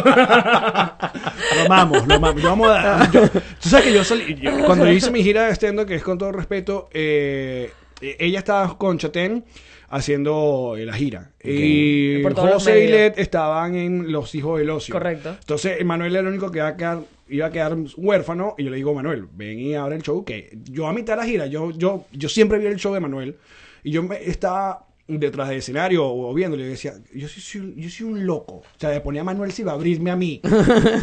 Speaker 3: lo amamos, lo amamos. Yo amo a- yo- tú sabes que yo salí. yo- cuando yo hice mi gira de estendo, que es con todo respeto, eh, eh, ella estaba con Chatén haciendo eh, la gira. Y
Speaker 2: Por todos los
Speaker 3: José y
Speaker 2: medios.
Speaker 3: Led estaban en Los Hijos del Ocio.
Speaker 2: Correcto.
Speaker 3: Entonces, Manuel era el único que iba a quedar, iba a quedar huérfano. Y yo le digo, Manuel, ven y abre el show. Que yo a mitad de la gira, yo, yo, yo siempre vi el show de Manuel. Y yo me- estaba detrás del escenario o viéndole y decía, yo soy, soy- yo soy un loco. O sea, le ponía a Manuel si va a abrirme a mí.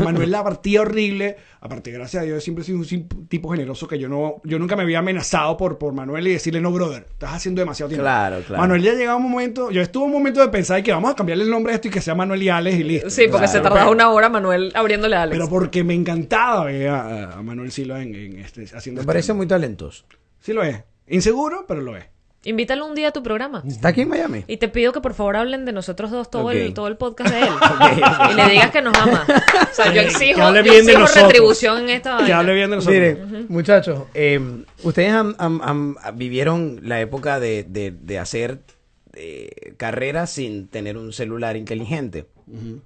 Speaker 3: Manuel la partía horrible. Aparte, gracias a Dios, siempre he sido un sim- tipo generoso que yo no, yo nunca me había amenazado por, por Manuel y decirle, no, brother, estás haciendo demasiado tiempo.
Speaker 1: Claro, claro.
Speaker 3: Manuel ya llegaba un momento, yo estuve un momento de pensar que vamos a cambiarle el nombre a esto y que sea Manuel y Alex y listo.
Speaker 2: Sí, pues. porque se
Speaker 1: Claro,
Speaker 2: tardaba
Speaker 3: pero-
Speaker 2: una hora Manuel abriéndole a Alex.
Speaker 3: Pero porque me encantaba ver a, a Manuel Silva en, en este, haciendo
Speaker 1: Me
Speaker 3: este-
Speaker 1: parece muy talentoso.
Speaker 3: Sí lo es. Inseguro, pero lo es.
Speaker 2: Invítalo un día a tu programa.
Speaker 3: Mm.
Speaker 1: Está aquí en Miami.
Speaker 2: Y te pido que por favor hablen de nosotros dos todo,
Speaker 1: Ok.
Speaker 2: el, todo el podcast de él.
Speaker 1: ok.
Speaker 2: Y le digas que nos ama. O sea, yo exijo,
Speaker 3: que hable
Speaker 2: yo
Speaker 3: bien de
Speaker 2: exijo
Speaker 3: nosotros.
Speaker 2: retribución en esta
Speaker 3: Que
Speaker 2: vaina.
Speaker 3: hable bien de nosotros.
Speaker 1: Miren, muchachos, eh, ustedes han- han- han- vivieron la época de, de- de hacer eh, carreras sin tener un celular inteligente.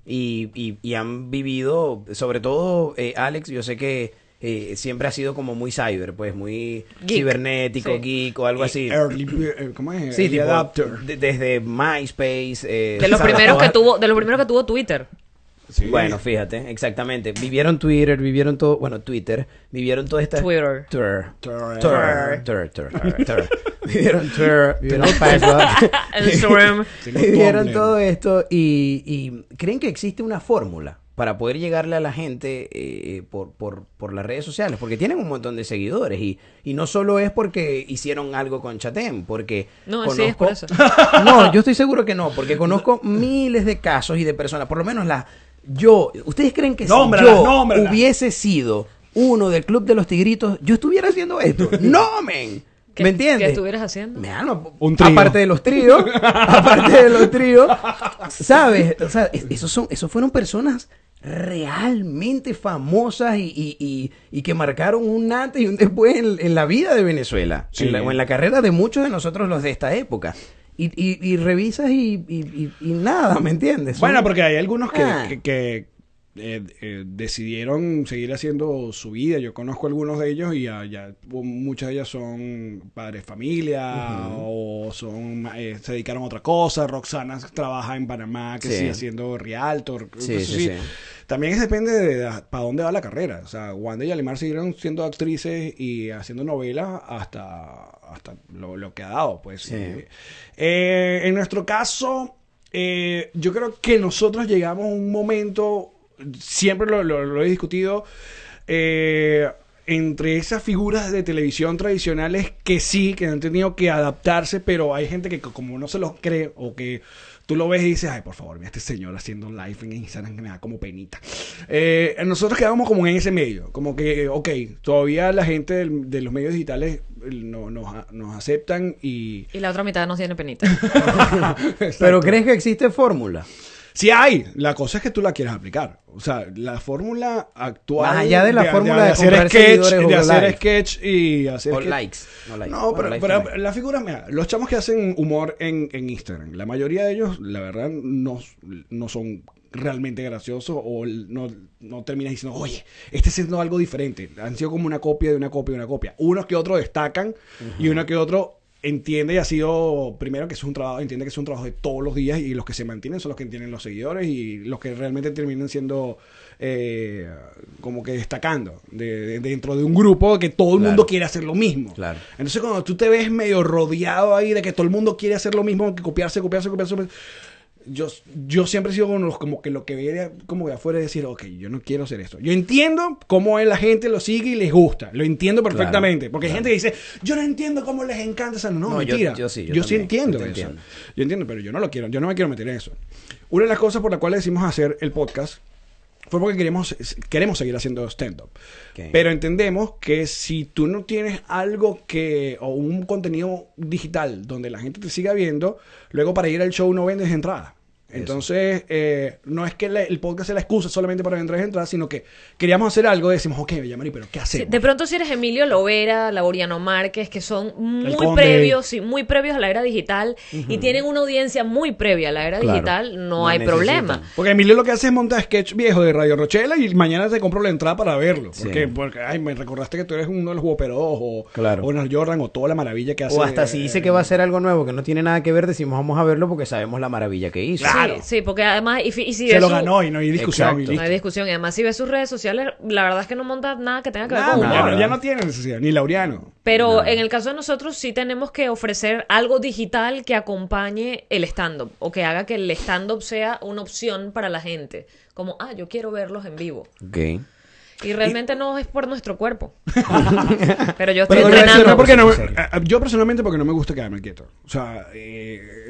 Speaker 1: y, y- y han vivido, sobre todo eh, Alex, yo sé que eh, siempre ha sido como muy cyber, pues muy
Speaker 2: Geek.
Speaker 1: cibernético,
Speaker 2: Sí.
Speaker 1: geek o algo así.
Speaker 3: Early, eh, ¿Cómo es?
Speaker 1: Sí,
Speaker 3: Early
Speaker 1: tipo,
Speaker 3: adapter.
Speaker 1: de- desde MySpace. eh,
Speaker 2: De los
Speaker 1: ¿sabes?
Speaker 2: primeros que
Speaker 1: Todas-
Speaker 2: tuvo, de los primeros que tuvo Twitter.
Speaker 3: Sí.
Speaker 1: Bueno, fíjate, exactamente. Vivieron Twitter, vivieron todo, bueno, Twitter, vuvieron toda esta...
Speaker 2: Twitter.
Speaker 1: Twitter.
Speaker 3: Twitter.
Speaker 1: Twitter. Twitter. Twitter. Twitter. Vivieron Twitter, vivieron Facebook.
Speaker 2: Instagram.
Speaker 3: Tengo
Speaker 1: vivieron
Speaker 3: thumbnail.
Speaker 1: todo esto y, y creen que existe una fórmula para poder llegarle a la gente eh, por, por, por las redes sociales, porque tienen un montón de seguidores y, y no solo es porque hicieron algo con Chatem, porque
Speaker 2: No,
Speaker 1: conozco...
Speaker 2: sí, es por eso.
Speaker 1: No, yo estoy seguro que no, porque conozco miles de casos y de personas, por lo menos la yo, ustedes creen que
Speaker 3: Nómbralas,
Speaker 1: si yo
Speaker 3: nómbralas.
Speaker 1: hubiese sido uno del club de los tigritos, yo estuviera haciendo esto. No, men.
Speaker 2: ¿Qué-
Speaker 1: ¿Me entiendes?
Speaker 2: qué estuvieras haciendo?
Speaker 1: Me alma,
Speaker 3: Un trío.
Speaker 1: Aparte de los tríos, aparte de los tríos, ¿sabes? O sea, es- esos, son, esos fueron personas realmente famosas y, y- y- y que marcaron un antes y un después en, en la vida de Venezuela,
Speaker 3: Sí.
Speaker 1: en la- o en la carrera de muchos de nosotros los de esta época. Y, y- y revisas y, y- y- y nada, ¿me entiendes? Son-
Speaker 3: Bueno, porque hay algunos que,
Speaker 1: Ah.
Speaker 3: que- que, eh, eh, decidieron seguir haciendo su vida. Yo conozco algunos de ellos y ya, ya, muchas de ellas son padres de familia o son eh, se dedicaron a otra cosa. Roxana trabaja en Panamá, que
Speaker 1: Sí.
Speaker 3: sigue haciendo Realtor.
Speaker 1: Sí,
Speaker 3: Eso
Speaker 1: sí,
Speaker 3: sí.
Speaker 1: sí.
Speaker 3: También es- depende de para dónde va la carrera. O sea, Wanda y Alemar siguieron siendo actrices y haciendo novelas hasta, hasta lo, lo que ha dado. Pues
Speaker 1: Sí.
Speaker 3: Eh, eh, en nuestro caso, eh, yo creo que nosotros llegamos a un momento, siempre lo, lo- lo he discutido, eh, entre esas figuras de televisión tradicionales que sí, que han tenido que adaptarse, pero hay gente que co- como no se los cree o que tú lo ves y dices, ay, por favor, mira este señor haciendo un live en Instagram que me da como penita. Eh, nosotros quedamos como en ese medio, como que, ok, todavía la gente del- de los medios digitales eh, no- nos a- nos aceptan y...
Speaker 2: Y la otra mitad nos tiene penita.
Speaker 1: Pero crees que existe fórmula.
Speaker 3: Sí hay, la cosa es que tú la quieras aplicar. O sea, la fórmula actual.
Speaker 1: Más allá de la fórmula de comprar
Speaker 3: hacer sketch,
Speaker 1: seguidores o
Speaker 3: de hacer
Speaker 1: likes.
Speaker 3: sketch y hacer.
Speaker 1: O
Speaker 3: sketch.
Speaker 1: likes. No, likes.
Speaker 3: No,
Speaker 1: Bueno,
Speaker 3: pero,
Speaker 1: likes
Speaker 3: pero
Speaker 1: también.
Speaker 3: la figura, mira, los chamos que hacen humor en, en Instagram, la mayoría de ellos, la verdad, no, no son realmente graciosos o no, no terminas diciendo, oye, este siendo algo diferente. Han sido como una copia de una copia de una copia. Unos que otros destacan y uno que otro entiende y ha sido primero que es un trabajo entiende que es un trabajo de todos los días y los que se mantienen son los que tienen los seguidores y los que realmente terminan siendo eh, como que destacando de- de- dentro de un grupo que todo el
Speaker 1: Claro.
Speaker 3: mundo quiere hacer lo mismo
Speaker 1: Claro.
Speaker 3: entonces cuando tú te ves medio rodeado ahí de que todo el mundo quiere hacer lo mismo, que copiarse, copiarse, copiarse, copiarse, yo, yo siempre he sido como, los- como que lo que veía como de afuera es decir, ok, yo no quiero hacer esto. Yo entiendo cómo es la gente lo sigue y les gusta. Lo entiendo perfectamente. porque hay gente que dice, yo no entiendo cómo les encanta esa... No,
Speaker 1: No, yo-
Speaker 3: mentira.
Speaker 1: yo sí, yo también,
Speaker 3: entiendo
Speaker 1: yo te
Speaker 3: eso.
Speaker 1: entiendo.
Speaker 3: Yo entiendo, pero yo no lo quiero. Yo no me quiero meter en eso. Una de las cosas por la cual decidimos hacer el podcast fue porque queremos, queremos seguir haciendo stand-up.
Speaker 1: Ok.
Speaker 3: Pero entendemos que si tú no tienes algo que, o un contenido digital donde la gente te siga viendo, luego para ir al show no vendes entradas. Entonces, eh, no es que le- el podcast sea la excusa solamente para vender entradas, sino que queríamos hacer algo y decimos, ok, Bellamari, pero
Speaker 2: Sí,
Speaker 3: ¿qué hacemos?
Speaker 2: de pronto si eres Emilio Lovera, Lauriano Márquez, que son muy
Speaker 3: Conde.
Speaker 2: previos, sí, muy previos a la era digital y tienen una audiencia muy previa a la era
Speaker 1: Claro.
Speaker 2: digital, no,
Speaker 1: No
Speaker 2: hay
Speaker 1: necesitan.
Speaker 2: problema.
Speaker 3: Porque Emilio lo que hace es montar sketch viejo de Radio Rochela y mañana te compro la entrada para verlo.
Speaker 1: Sí.
Speaker 3: Porque, porque ay, me recordaste que tú eres uno de los Whopperos o,
Speaker 1: Claro.
Speaker 3: o Nor Jordan o toda la maravilla que hace. eh,
Speaker 1: O hasta si dice que va a ser algo nuevo que no tiene nada que ver, decimos vamos a verlo porque sabemos la maravilla que hizo.
Speaker 3: Claro.
Speaker 2: Sí, sí, porque además... Y, fi- y si
Speaker 3: Se
Speaker 2: ves
Speaker 3: lo
Speaker 2: su-
Speaker 3: ganó y no hay discusión. y
Speaker 1: Exacto.
Speaker 2: No
Speaker 3: listo.
Speaker 2: hay discusión. Y además si ves sus redes sociales, la verdad es que no monta nada que tenga que ver
Speaker 3: Nada,
Speaker 2: con
Speaker 3: ya,
Speaker 2: humor.
Speaker 3: no, ya no tiene necesidad, ni Laureano.
Speaker 2: Pero en el caso de nosotros sí tenemos que ofrecer algo digital que acompañe el stand-up o que haga que el stand-up sea una opción para la gente. Como, ah, yo quiero verlos en vivo.
Speaker 1: Ok.
Speaker 2: Y realmente no es por nuestro cuerpo. Pero yo estoy
Speaker 3: Pero
Speaker 2: entrenando.
Speaker 3: yo, porque no, eh, yo personalmente porque no me gusta quedarme quieto. O sea, eh,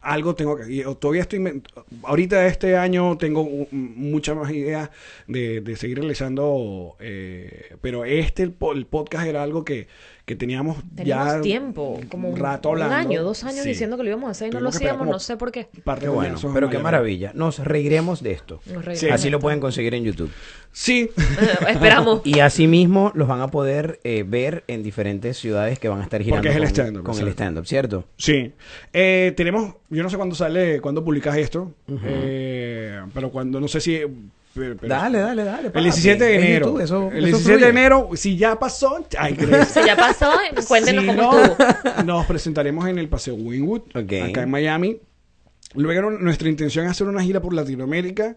Speaker 3: algo tengo que... yo Todavía estoy... me- Ahorita este año tengo u- muchas más ideas de, de seguir realizando, eh, pero este, el, po- el podcast era algo que, que teníamos
Speaker 2: Teníamos
Speaker 3: ya
Speaker 2: tiempo, como un,
Speaker 3: rato
Speaker 2: un
Speaker 3: hablando.
Speaker 2: año, dos años
Speaker 3: Sí.
Speaker 2: diciendo que lo íbamos a hacer y no lo
Speaker 3: Tuvimos que esperar
Speaker 2: hacíamos,
Speaker 3: como
Speaker 2: no sé por qué.
Speaker 3: Parte
Speaker 1: Qué
Speaker 3: de
Speaker 1: bueno,
Speaker 3: lienzos
Speaker 1: pero qué
Speaker 3: mayores.
Speaker 1: maravilla. Nos reiremos de esto.
Speaker 2: Nos
Speaker 3: Sí.
Speaker 2: reiremos.
Speaker 1: Así lo pueden conseguir en YouTube.
Speaker 3: Sí.
Speaker 2: Esperamos.
Speaker 1: Y asimismo los van a poder eh, ver en diferentes ciudades que van a estar girando
Speaker 3: Porque es el
Speaker 1: con,
Speaker 3: stand-up,
Speaker 1: con el
Speaker 3: exacto.
Speaker 1: stand-up, ¿cierto?
Speaker 3: Sí. Eh, tenemos, yo no sé cuándo sale, cuándo publicas esto, eh, pero cuando, no sé si... eh, pero- pero-
Speaker 1: Dale, dale, dale.
Speaker 3: El
Speaker 1: papi.
Speaker 3: 17 de
Speaker 1: En
Speaker 3: enero.
Speaker 1: YouTube, eso-
Speaker 3: el
Speaker 1: eso
Speaker 3: 17
Speaker 1: fluye.
Speaker 3: de enero, si ya pasó, ay, crees.
Speaker 2: Si ya pasó, cuéntenos
Speaker 3: Si
Speaker 2: cómo
Speaker 3: no,
Speaker 2: estuvo.
Speaker 3: Nos presentaremos en el Paseo Wynwood,
Speaker 1: Ok.
Speaker 3: acá en Miami. Luego no- nuestra intención es hacer una gira por Latinoamérica,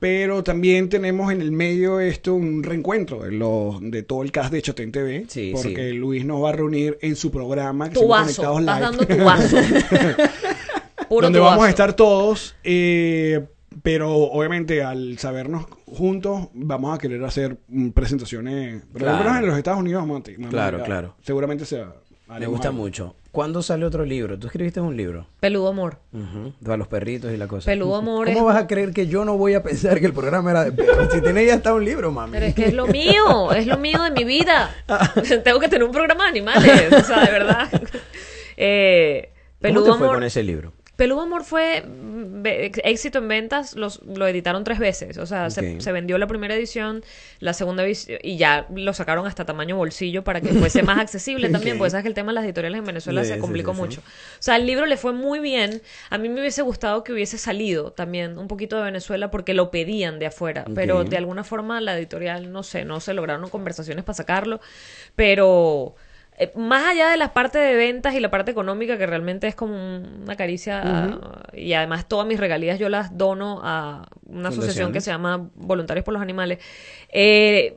Speaker 3: pero también tenemos en el medio esto un reencuentro de, los, de todo el cast de Chatén TV,
Speaker 1: Sí,
Speaker 3: porque
Speaker 1: sí.
Speaker 3: Luis nos va a reunir en su programa que se
Speaker 2: Tu
Speaker 3: llama
Speaker 2: vaso.
Speaker 3: Conectados
Speaker 2: Vas
Speaker 3: Live.
Speaker 2: dando tu vaso. Puro
Speaker 3: donde
Speaker 2: tu
Speaker 3: vamos a
Speaker 2: vaso.
Speaker 3: estar todos, eh, pero obviamente al sabernos juntos vamos a querer hacer mm, presentaciones, pero
Speaker 1: Claro.
Speaker 3: al menos en los Estados Unidos vamos a te- vamos a
Speaker 1: Claro,
Speaker 3: llegar.
Speaker 1: claro.
Speaker 3: Seguramente sea.
Speaker 1: Me gusta mucho. ¿Cuándo sale otro libro? Tú escribiste un libro.
Speaker 2: Peludo amor.
Speaker 1: Ujú, A los perritos y la cosa.
Speaker 2: Peludo amor
Speaker 1: ¿Cómo
Speaker 2: es-
Speaker 1: vas a creer que yo no voy a pensar que el programa era de perros? Si tenés ya hasta un libro, mami.
Speaker 2: Pero es que es lo mío, es lo mío de mi vida.
Speaker 1: Ah.
Speaker 2: Tengo que tener un programa de animales, o sea, de verdad. Eh,
Speaker 1: ¿Cómo
Speaker 2: Peludo
Speaker 1: te fue
Speaker 2: amor.
Speaker 1: con ese libro?
Speaker 2: Peludo Amor fue mm, ve- ex- éxito en ventas, los, lo editaron tres veces, o sea, se-
Speaker 1: Ok.
Speaker 2: se, vendió la primera edición, la segunda vis- y ya lo sacaron hasta tamaño bolsillo para que fuese más accesible también,
Speaker 1: Ok.
Speaker 2: porque sabes que el tema de las editoriales en Venezuela
Speaker 1: Sí,
Speaker 2: se
Speaker 1: sí,
Speaker 2: complicó
Speaker 1: sí, sí.
Speaker 2: mucho. O sea, el libro le fue muy bien, a mí me hubiese gustado que hubiese salido también un poquito de Venezuela porque lo pedían de afuera, pero
Speaker 1: Ok.
Speaker 2: de alguna forma la editorial, no sé, no se lograron conversaciones para sacarlo, pero... eh, Más allá de la parte de ventas y la parte económica, que realmente es como un- una caricia, ah, y además todas mis regalías yo las dono a una asociación que
Speaker 1: Fundaciones.
Speaker 2: se llama Voluntarios por los Animales. Eh,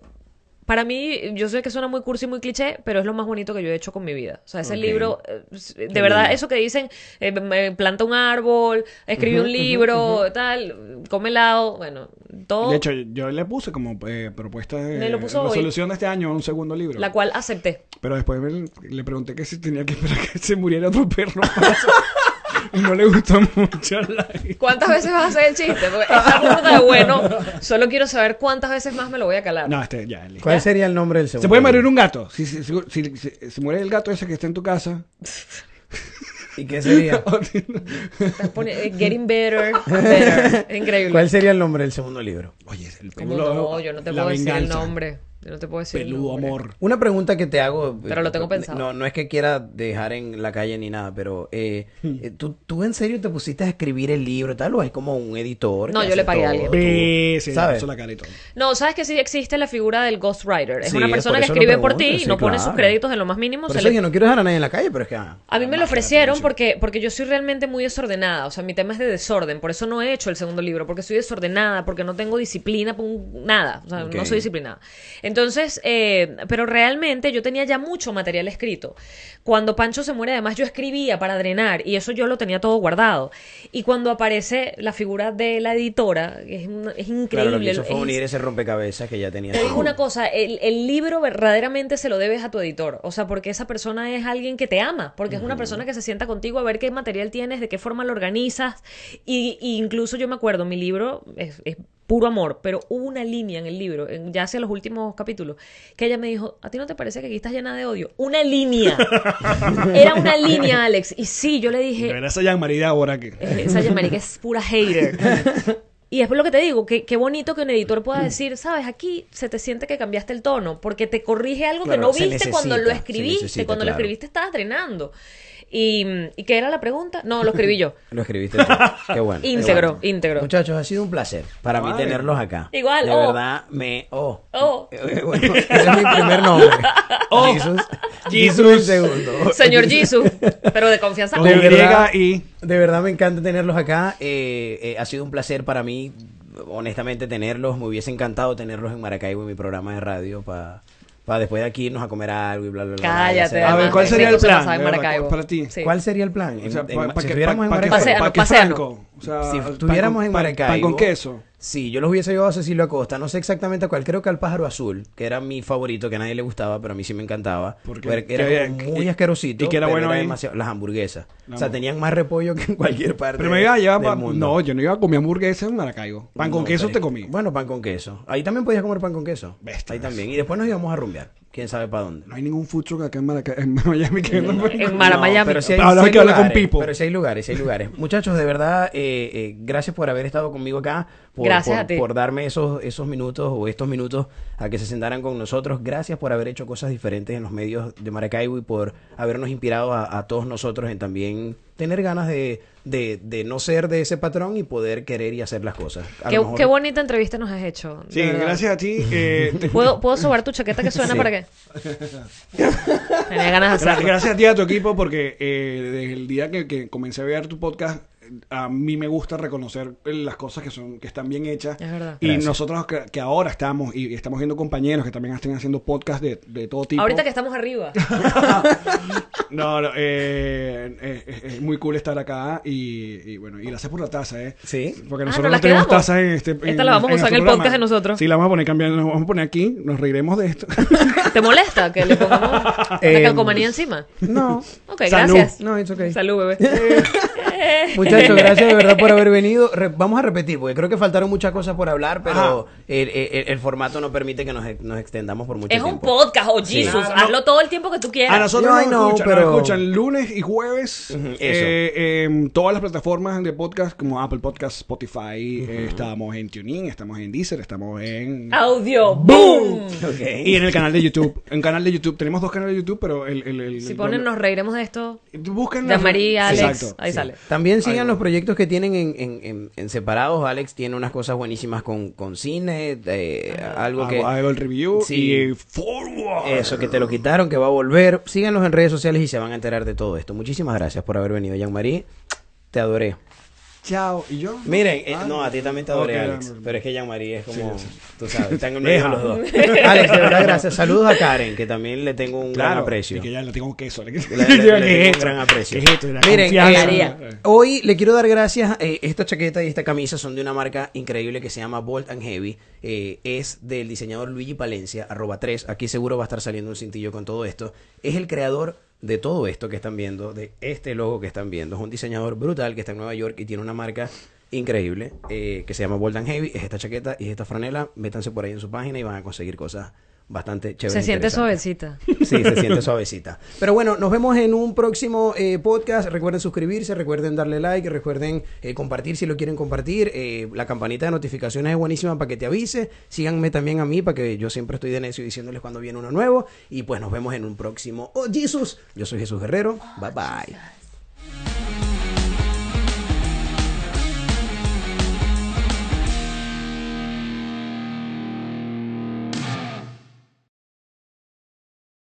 Speaker 2: para mí, yo sé que suena muy cursi y muy cliché, pero es lo más bonito que yo he hecho con mi vida. O sea, ese
Speaker 1: Ok.
Speaker 2: libro, eh, de verdad, eso que dicen, eh, me- planta un árbol, escribe un libro, tal, come helado, bueno, todo.
Speaker 3: De hecho, yo le puse como eh, propuesta de
Speaker 2: Me lo puso hoy.
Speaker 3: resolución de este año un segundo libro.
Speaker 2: la cual acepté.
Speaker 3: Pero después me- le pregunté que si tenía que esperar que se muriera otro perro. para hacer- y no le gustó mucho la
Speaker 2: ¿Cuántas veces vas a hacer el chiste? Porque está burda de bueno. Solo quiero saber cuántas veces más me lo voy a calar.
Speaker 3: No, este, ya, listo.
Speaker 1: ¿Cuál sería el nombre del segundo?
Speaker 3: Se puede morir
Speaker 1: libro?
Speaker 3: un gato. Si, si, si- si- si- si muere el gato ese que está en tu casa.
Speaker 1: ¿Y qué sería?
Speaker 2: Estás poni- eh, Getting better, better. Increíble.
Speaker 1: ¿Cuál sería el nombre del segundo libro?
Speaker 3: Oye, es el
Speaker 2: ¿Cómo
Speaker 3: peludo-
Speaker 2: no? Yo no te
Speaker 3: la
Speaker 2: puedo decir el
Speaker 3: venganza.
Speaker 2: nombre. Yo no te puedo decir el
Speaker 3: Peludo
Speaker 2: nombre.
Speaker 3: amor.
Speaker 1: Una pregunta que te hago.
Speaker 2: Pero lo tengo
Speaker 1: eh,
Speaker 2: pensado.
Speaker 1: No, no es que quiera dejar en la calle ni nada, pero eh,
Speaker 2: Hmm.
Speaker 1: eh, ¿tú, tú en serio te pusiste a escribir el libro, tal o es como un editor.
Speaker 2: No,
Speaker 1: que
Speaker 2: yo
Speaker 1: hace
Speaker 2: le pagué a
Speaker 1: todo,
Speaker 2: alguien.
Speaker 1: tú-
Speaker 3: Ve, se le
Speaker 1: ¿Sabes?
Speaker 3: puso la cara y todo.
Speaker 2: No, sabes que sí existe la figura del ghostwriter. Es
Speaker 1: Sí,
Speaker 2: una
Speaker 1: es por
Speaker 2: persona que
Speaker 1: eso lo
Speaker 2: escribe por ti
Speaker 1: pregunto,
Speaker 2: y
Speaker 1: sí,
Speaker 2: no pone sus
Speaker 1: claro.
Speaker 2: créditos en lo más mínimo.
Speaker 1: Por
Speaker 2: se
Speaker 1: eso
Speaker 2: le-
Speaker 1: yo no quiero dejar a nadie en la calle, pero es que. ah,
Speaker 2: A mí me lo ofrecieron porque, porque yo soy realmente muy desordenada. O sea, mi tema es de desorden. Por eso no he hecho el segundo libro, porque soy desordenada, porque no tengo disciplina, pun- nada. O sea,
Speaker 1: Ok.
Speaker 2: no soy disciplinada. Entonces, eh, pero realmente yo tenía ya mucho material escrito. Cuando Pancho se muere, además yo escribía para drenar y eso yo lo tenía todo guardado. Y cuando aparece la figura de la editora, que es, una- es increíble.
Speaker 1: Claro, lo que hizo fue
Speaker 2: es-
Speaker 1: unir ese rompecabezas que ya tenía.
Speaker 2: te digo
Speaker 1: seguro.
Speaker 2: una cosa, el, el libro verdaderamente se lo debes a tu editor, o sea, porque esa persona es alguien que te ama, porque es una persona que se sienta contigo a ver qué material tienes, de qué forma lo organizas, y, y incluso yo me acuerdo, mi libro es, es puro amor, pero hubo una línea en el libro, en- ya hacia los últimos capítulos, que ella me dijo, ¿a ti no te parece que aquí estás llena de odio? Una línea. Era una línea, Alex, y sí, yo le dije,
Speaker 3: Gracias a Jean-Marie ahora que.
Speaker 2: eh, Esa Yamarica es pura hater. Y es por lo que te digo, que qué bonito que un editor pueda decir, sabes, aquí se te siente que cambiaste el tono, porque te corrige algo
Speaker 1: Claro,
Speaker 2: que no
Speaker 1: se
Speaker 2: viste cuando
Speaker 1: necesita,
Speaker 2: lo
Speaker 1: se
Speaker 2: escribiste,
Speaker 1: necesita,
Speaker 2: cuando lo
Speaker 1: claro.
Speaker 2: escribiste estabas drenando. Y, ¿Y qué era la pregunta? No, lo escribí yo.
Speaker 1: Lo escribiste tú. Qué bueno. qué
Speaker 2: Íntegro,
Speaker 1: bueno.
Speaker 2: íntegro.
Speaker 1: Muchachos, ha sido un placer para mí
Speaker 3: Vale.
Speaker 1: tenerlos acá.
Speaker 2: Igual,
Speaker 1: De
Speaker 2: oh.
Speaker 1: verdad, me. Oh.
Speaker 2: Oh.
Speaker 1: Eh, bueno, ese es mi primer nombre.
Speaker 3: Oh.
Speaker 1: Jesus.
Speaker 3: Jesus.
Speaker 1: Jesus, el segundo.
Speaker 2: Señor Jesus, pero de confianza.
Speaker 3: Con
Speaker 1: De verdad.
Speaker 3: Y y.
Speaker 1: De verdad me encanta tenerlos acá. eh, eh, ha sido un placer para mí, honestamente, tenerlos. Me hubiese encantado tenerlos en Maracaibo en mi programa de radio para después de aquí irnos a comer algo y bla, bla, bla. bla, y
Speaker 2: Cállate.
Speaker 1: hacer-
Speaker 3: A ver,
Speaker 2: además,
Speaker 3: ¿cuál sería
Speaker 2: rico
Speaker 3: el
Speaker 2: se la
Speaker 3: plan?
Speaker 2: sabe en
Speaker 3: De verdad,
Speaker 2: Maracaibo.
Speaker 3: para ti.
Speaker 2: Sí.
Speaker 1: ¿Cuál sería el plan? En- en-
Speaker 3: para
Speaker 1: si estuviéramos en Maracaibo.
Speaker 2: Paseanos,
Speaker 3: que
Speaker 2: paseanos.
Speaker 3: franco. O sea,
Speaker 1: si
Speaker 3: pan
Speaker 1: estuviéramos
Speaker 3: con-
Speaker 1: en
Speaker 3: pan-
Speaker 1: Maracaibo.
Speaker 3: Pan con queso.
Speaker 1: Sí, yo los hubiese llevado a Cecilio Acosta. No sé exactamente a cuál. Creo que al pájaro azul, que era mi favorito, que a nadie le gustaba, pero a mí sí me encantaba.
Speaker 3: Porque-
Speaker 1: Porque era
Speaker 3: que-
Speaker 1: como
Speaker 3: que-
Speaker 1: muy asquerosito.
Speaker 3: y que era
Speaker 1: pero
Speaker 3: bueno ahí.
Speaker 1: demasiado- Las hamburguesas.
Speaker 3: La
Speaker 1: o sea,
Speaker 3: hamburguesa.
Speaker 1: tenían más repollo que en cualquier parte.
Speaker 3: Pero me iba a llevar.
Speaker 1: del
Speaker 3: pa-
Speaker 1: mundo.
Speaker 3: No, yo no iba a comer hamburguesa en Maracaibo. Pan con
Speaker 1: No,
Speaker 3: queso
Speaker 1: pero-
Speaker 3: te comí.
Speaker 1: Bueno, pan con queso. Ahí también podías comer pan con queso.
Speaker 3: Bestia.
Speaker 1: Ahí también. Y después nos íbamos a rumbear. quién sabe para dónde.
Speaker 3: No hay ningún food truck acá en, Maraca- en Miami que venda
Speaker 2: En Mara
Speaker 1: No,
Speaker 2: Miami.
Speaker 1: Pero si hay,
Speaker 3: Habrá
Speaker 1: sí hay
Speaker 3: que hablar con
Speaker 1: lugares,
Speaker 3: Pipo.
Speaker 1: Pero si hay lugares, sí hay lugares. Muchachos, de verdad, eh, eh, gracias por haber estado conmigo acá. Por,
Speaker 2: Gracias
Speaker 1: por-
Speaker 2: a ti.
Speaker 1: por darme esos, esos minutos o estos minutos a que se sentaran con nosotros. Gracias por haber hecho cosas diferentes en los medios de Maracaibo y por habernos inspirado a, a todos nosotros en también tener ganas de, de- de no ser de ese patrón y poder querer y hacer las cosas. A
Speaker 2: Qué,
Speaker 1: lo mejor-
Speaker 2: qué bonita entrevista nos has hecho. de
Speaker 3: Sí,
Speaker 2: verdad.
Speaker 3: gracias a ti. eh, te-
Speaker 2: ¿Puedo, ¿Puedo sobar tu chaqueta que suena
Speaker 1: Sí.
Speaker 2: para qué? Tenía ganas de
Speaker 3: Gra-
Speaker 2: hacerlo.
Speaker 3: Gracias a ti y a tu equipo porque eh, desde el día que, que comencé a ver tu podcast eh, a mí me gusta reconocer eh, las cosas que son que están bien hechas
Speaker 2: Es verdad.
Speaker 3: y
Speaker 1: Gracias.
Speaker 3: nosotros que, que ahora estamos y estamos viendo compañeros que también están haciendo podcast de, de todo tipo
Speaker 2: Ahorita que estamos arriba.
Speaker 3: no, no eh, eh, es, es muy cool estar acá y, y bueno y gracias por la taza eh
Speaker 1: Sí.
Speaker 3: porque
Speaker 2: Ah,
Speaker 3: nosotros
Speaker 2: ¿nos
Speaker 3: no
Speaker 2: la
Speaker 3: tenemos
Speaker 2: quedamos?
Speaker 3: tazas en este
Speaker 2: Esta la vamos a usar en
Speaker 3: nuestro
Speaker 2: el podcast de nosotros.
Speaker 3: sí la vamos a poner cambiando nos vamos a poner aquí nos reiremos de esto
Speaker 2: ¿Te molesta que le pongamos la
Speaker 1: Em,
Speaker 2: calcomanía encima?
Speaker 1: No.
Speaker 2: Ok,
Speaker 3: Salud.
Speaker 2: gracias.
Speaker 1: No, it's okay.
Speaker 2: Salud, bebé.
Speaker 1: Muchachos, gracias de verdad por haber venido. Re- vamos a repetir, porque creo que faltaron muchas cosas por hablar, pero el, el- el formato no permite que nos, e, nos extendamos por mucho
Speaker 2: es un
Speaker 1: tiempo.
Speaker 2: podcast, oh Jesus.
Speaker 3: Claro, no.
Speaker 2: Hazlo todo el tiempo que tú quieras.
Speaker 3: A nosotros
Speaker 1: Yo,
Speaker 3: nos,
Speaker 1: I know,
Speaker 3: escuchan,
Speaker 1: pero-
Speaker 3: nos escuchan lunes y jueves
Speaker 1: Ujú, eso.
Speaker 3: eh, en todas las plataformas de podcast como Apple Podcast, Spotify, eh, estamos en TuneIn, estamos en Deezer, estamos en...
Speaker 2: Audio. ¡Boom!
Speaker 1: Ok.
Speaker 3: Y en el canal de YouTube. En canal de YouTube. Tenemos dos canales de YouTube, pero el... el, el-
Speaker 2: Si
Speaker 3: el-
Speaker 2: ponen, nos reiremos de esto.
Speaker 3: Busquen...
Speaker 2: De María, Alex.
Speaker 3: Exacto.
Speaker 2: ahí sale.
Speaker 1: También sigan
Speaker 3: Algo.
Speaker 1: los proyectos que tienen en, en- en- en separados. Alex tiene unas cosas buenísimas con, con cine, de- algo
Speaker 3: Hago,
Speaker 1: que...
Speaker 3: hago el review
Speaker 1: Sí.
Speaker 3: y forward.
Speaker 1: Eso, que te lo quitaron, que va a volver. Síganlos en redes sociales y se van a enterar de todo esto. Muchísimas gracias por haber venido, Jean-Marie. Te adoré.
Speaker 3: Chao. ¿Y yo?
Speaker 1: Miren, eh,
Speaker 3: Ah,
Speaker 1: no, a ti también te adoré,
Speaker 3: ok,
Speaker 1: Alex.
Speaker 3: dame.
Speaker 1: Pero es que Jean-Marie es como,
Speaker 3: Sí,
Speaker 1: tú sabes, están en el medio
Speaker 3: Deja.
Speaker 1: los dos. Alex, de verdad, gracias. Saludos a Karen, que también le tengo un gran
Speaker 3: Claro.
Speaker 1: aprecio.
Speaker 3: Y que ya le tengo queso. Le,
Speaker 1: Le- le-
Speaker 3: Yo,
Speaker 1: le
Speaker 3: ¿qué
Speaker 1: tengo
Speaker 3: es
Speaker 1: un
Speaker 3: esto?
Speaker 1: gran aprecio.
Speaker 3: ¿Qué es esto? La
Speaker 1: Miren,
Speaker 3: confianza.
Speaker 1: eh, hoy le quiero dar gracias. eh, esta chaqueta y esta camisa son de una marca increíble que se llama Bolt and Heavy. eh, es del diseñador Luigi Palencia, arroba 3. Aquí seguro va a estar saliendo un cintillo con todo esto. Es el creador de todo esto que están viendo, de este logo que están viendo. Es un diseñador brutal que está en Nueva York y tiene una marca increíble eh, que se llama Bolt and Heavy. Es esta chaqueta y es esta franela. Métanse por ahí en su página y van a conseguir cosas bastante chéveres.
Speaker 2: Se
Speaker 1: e
Speaker 2: siente
Speaker 1: interesantes.
Speaker 2: suavecita.
Speaker 1: Sí, se siente suavecita. Pero bueno, nos vemos en un próximo eh, podcast. Recuerden suscribirse, recuerden darle like, recuerden eh, compartir si lo quieren compartir. Eh, la campanita de notificaciones es buenísima para que te avise. Síganme también a mí para que yo siempre estoy de necio diciéndoles cuando viene uno nuevo. Y pues nos vemos en un próximo Oh Jesus. Yo soy Jesús Guerrero. Bye bye.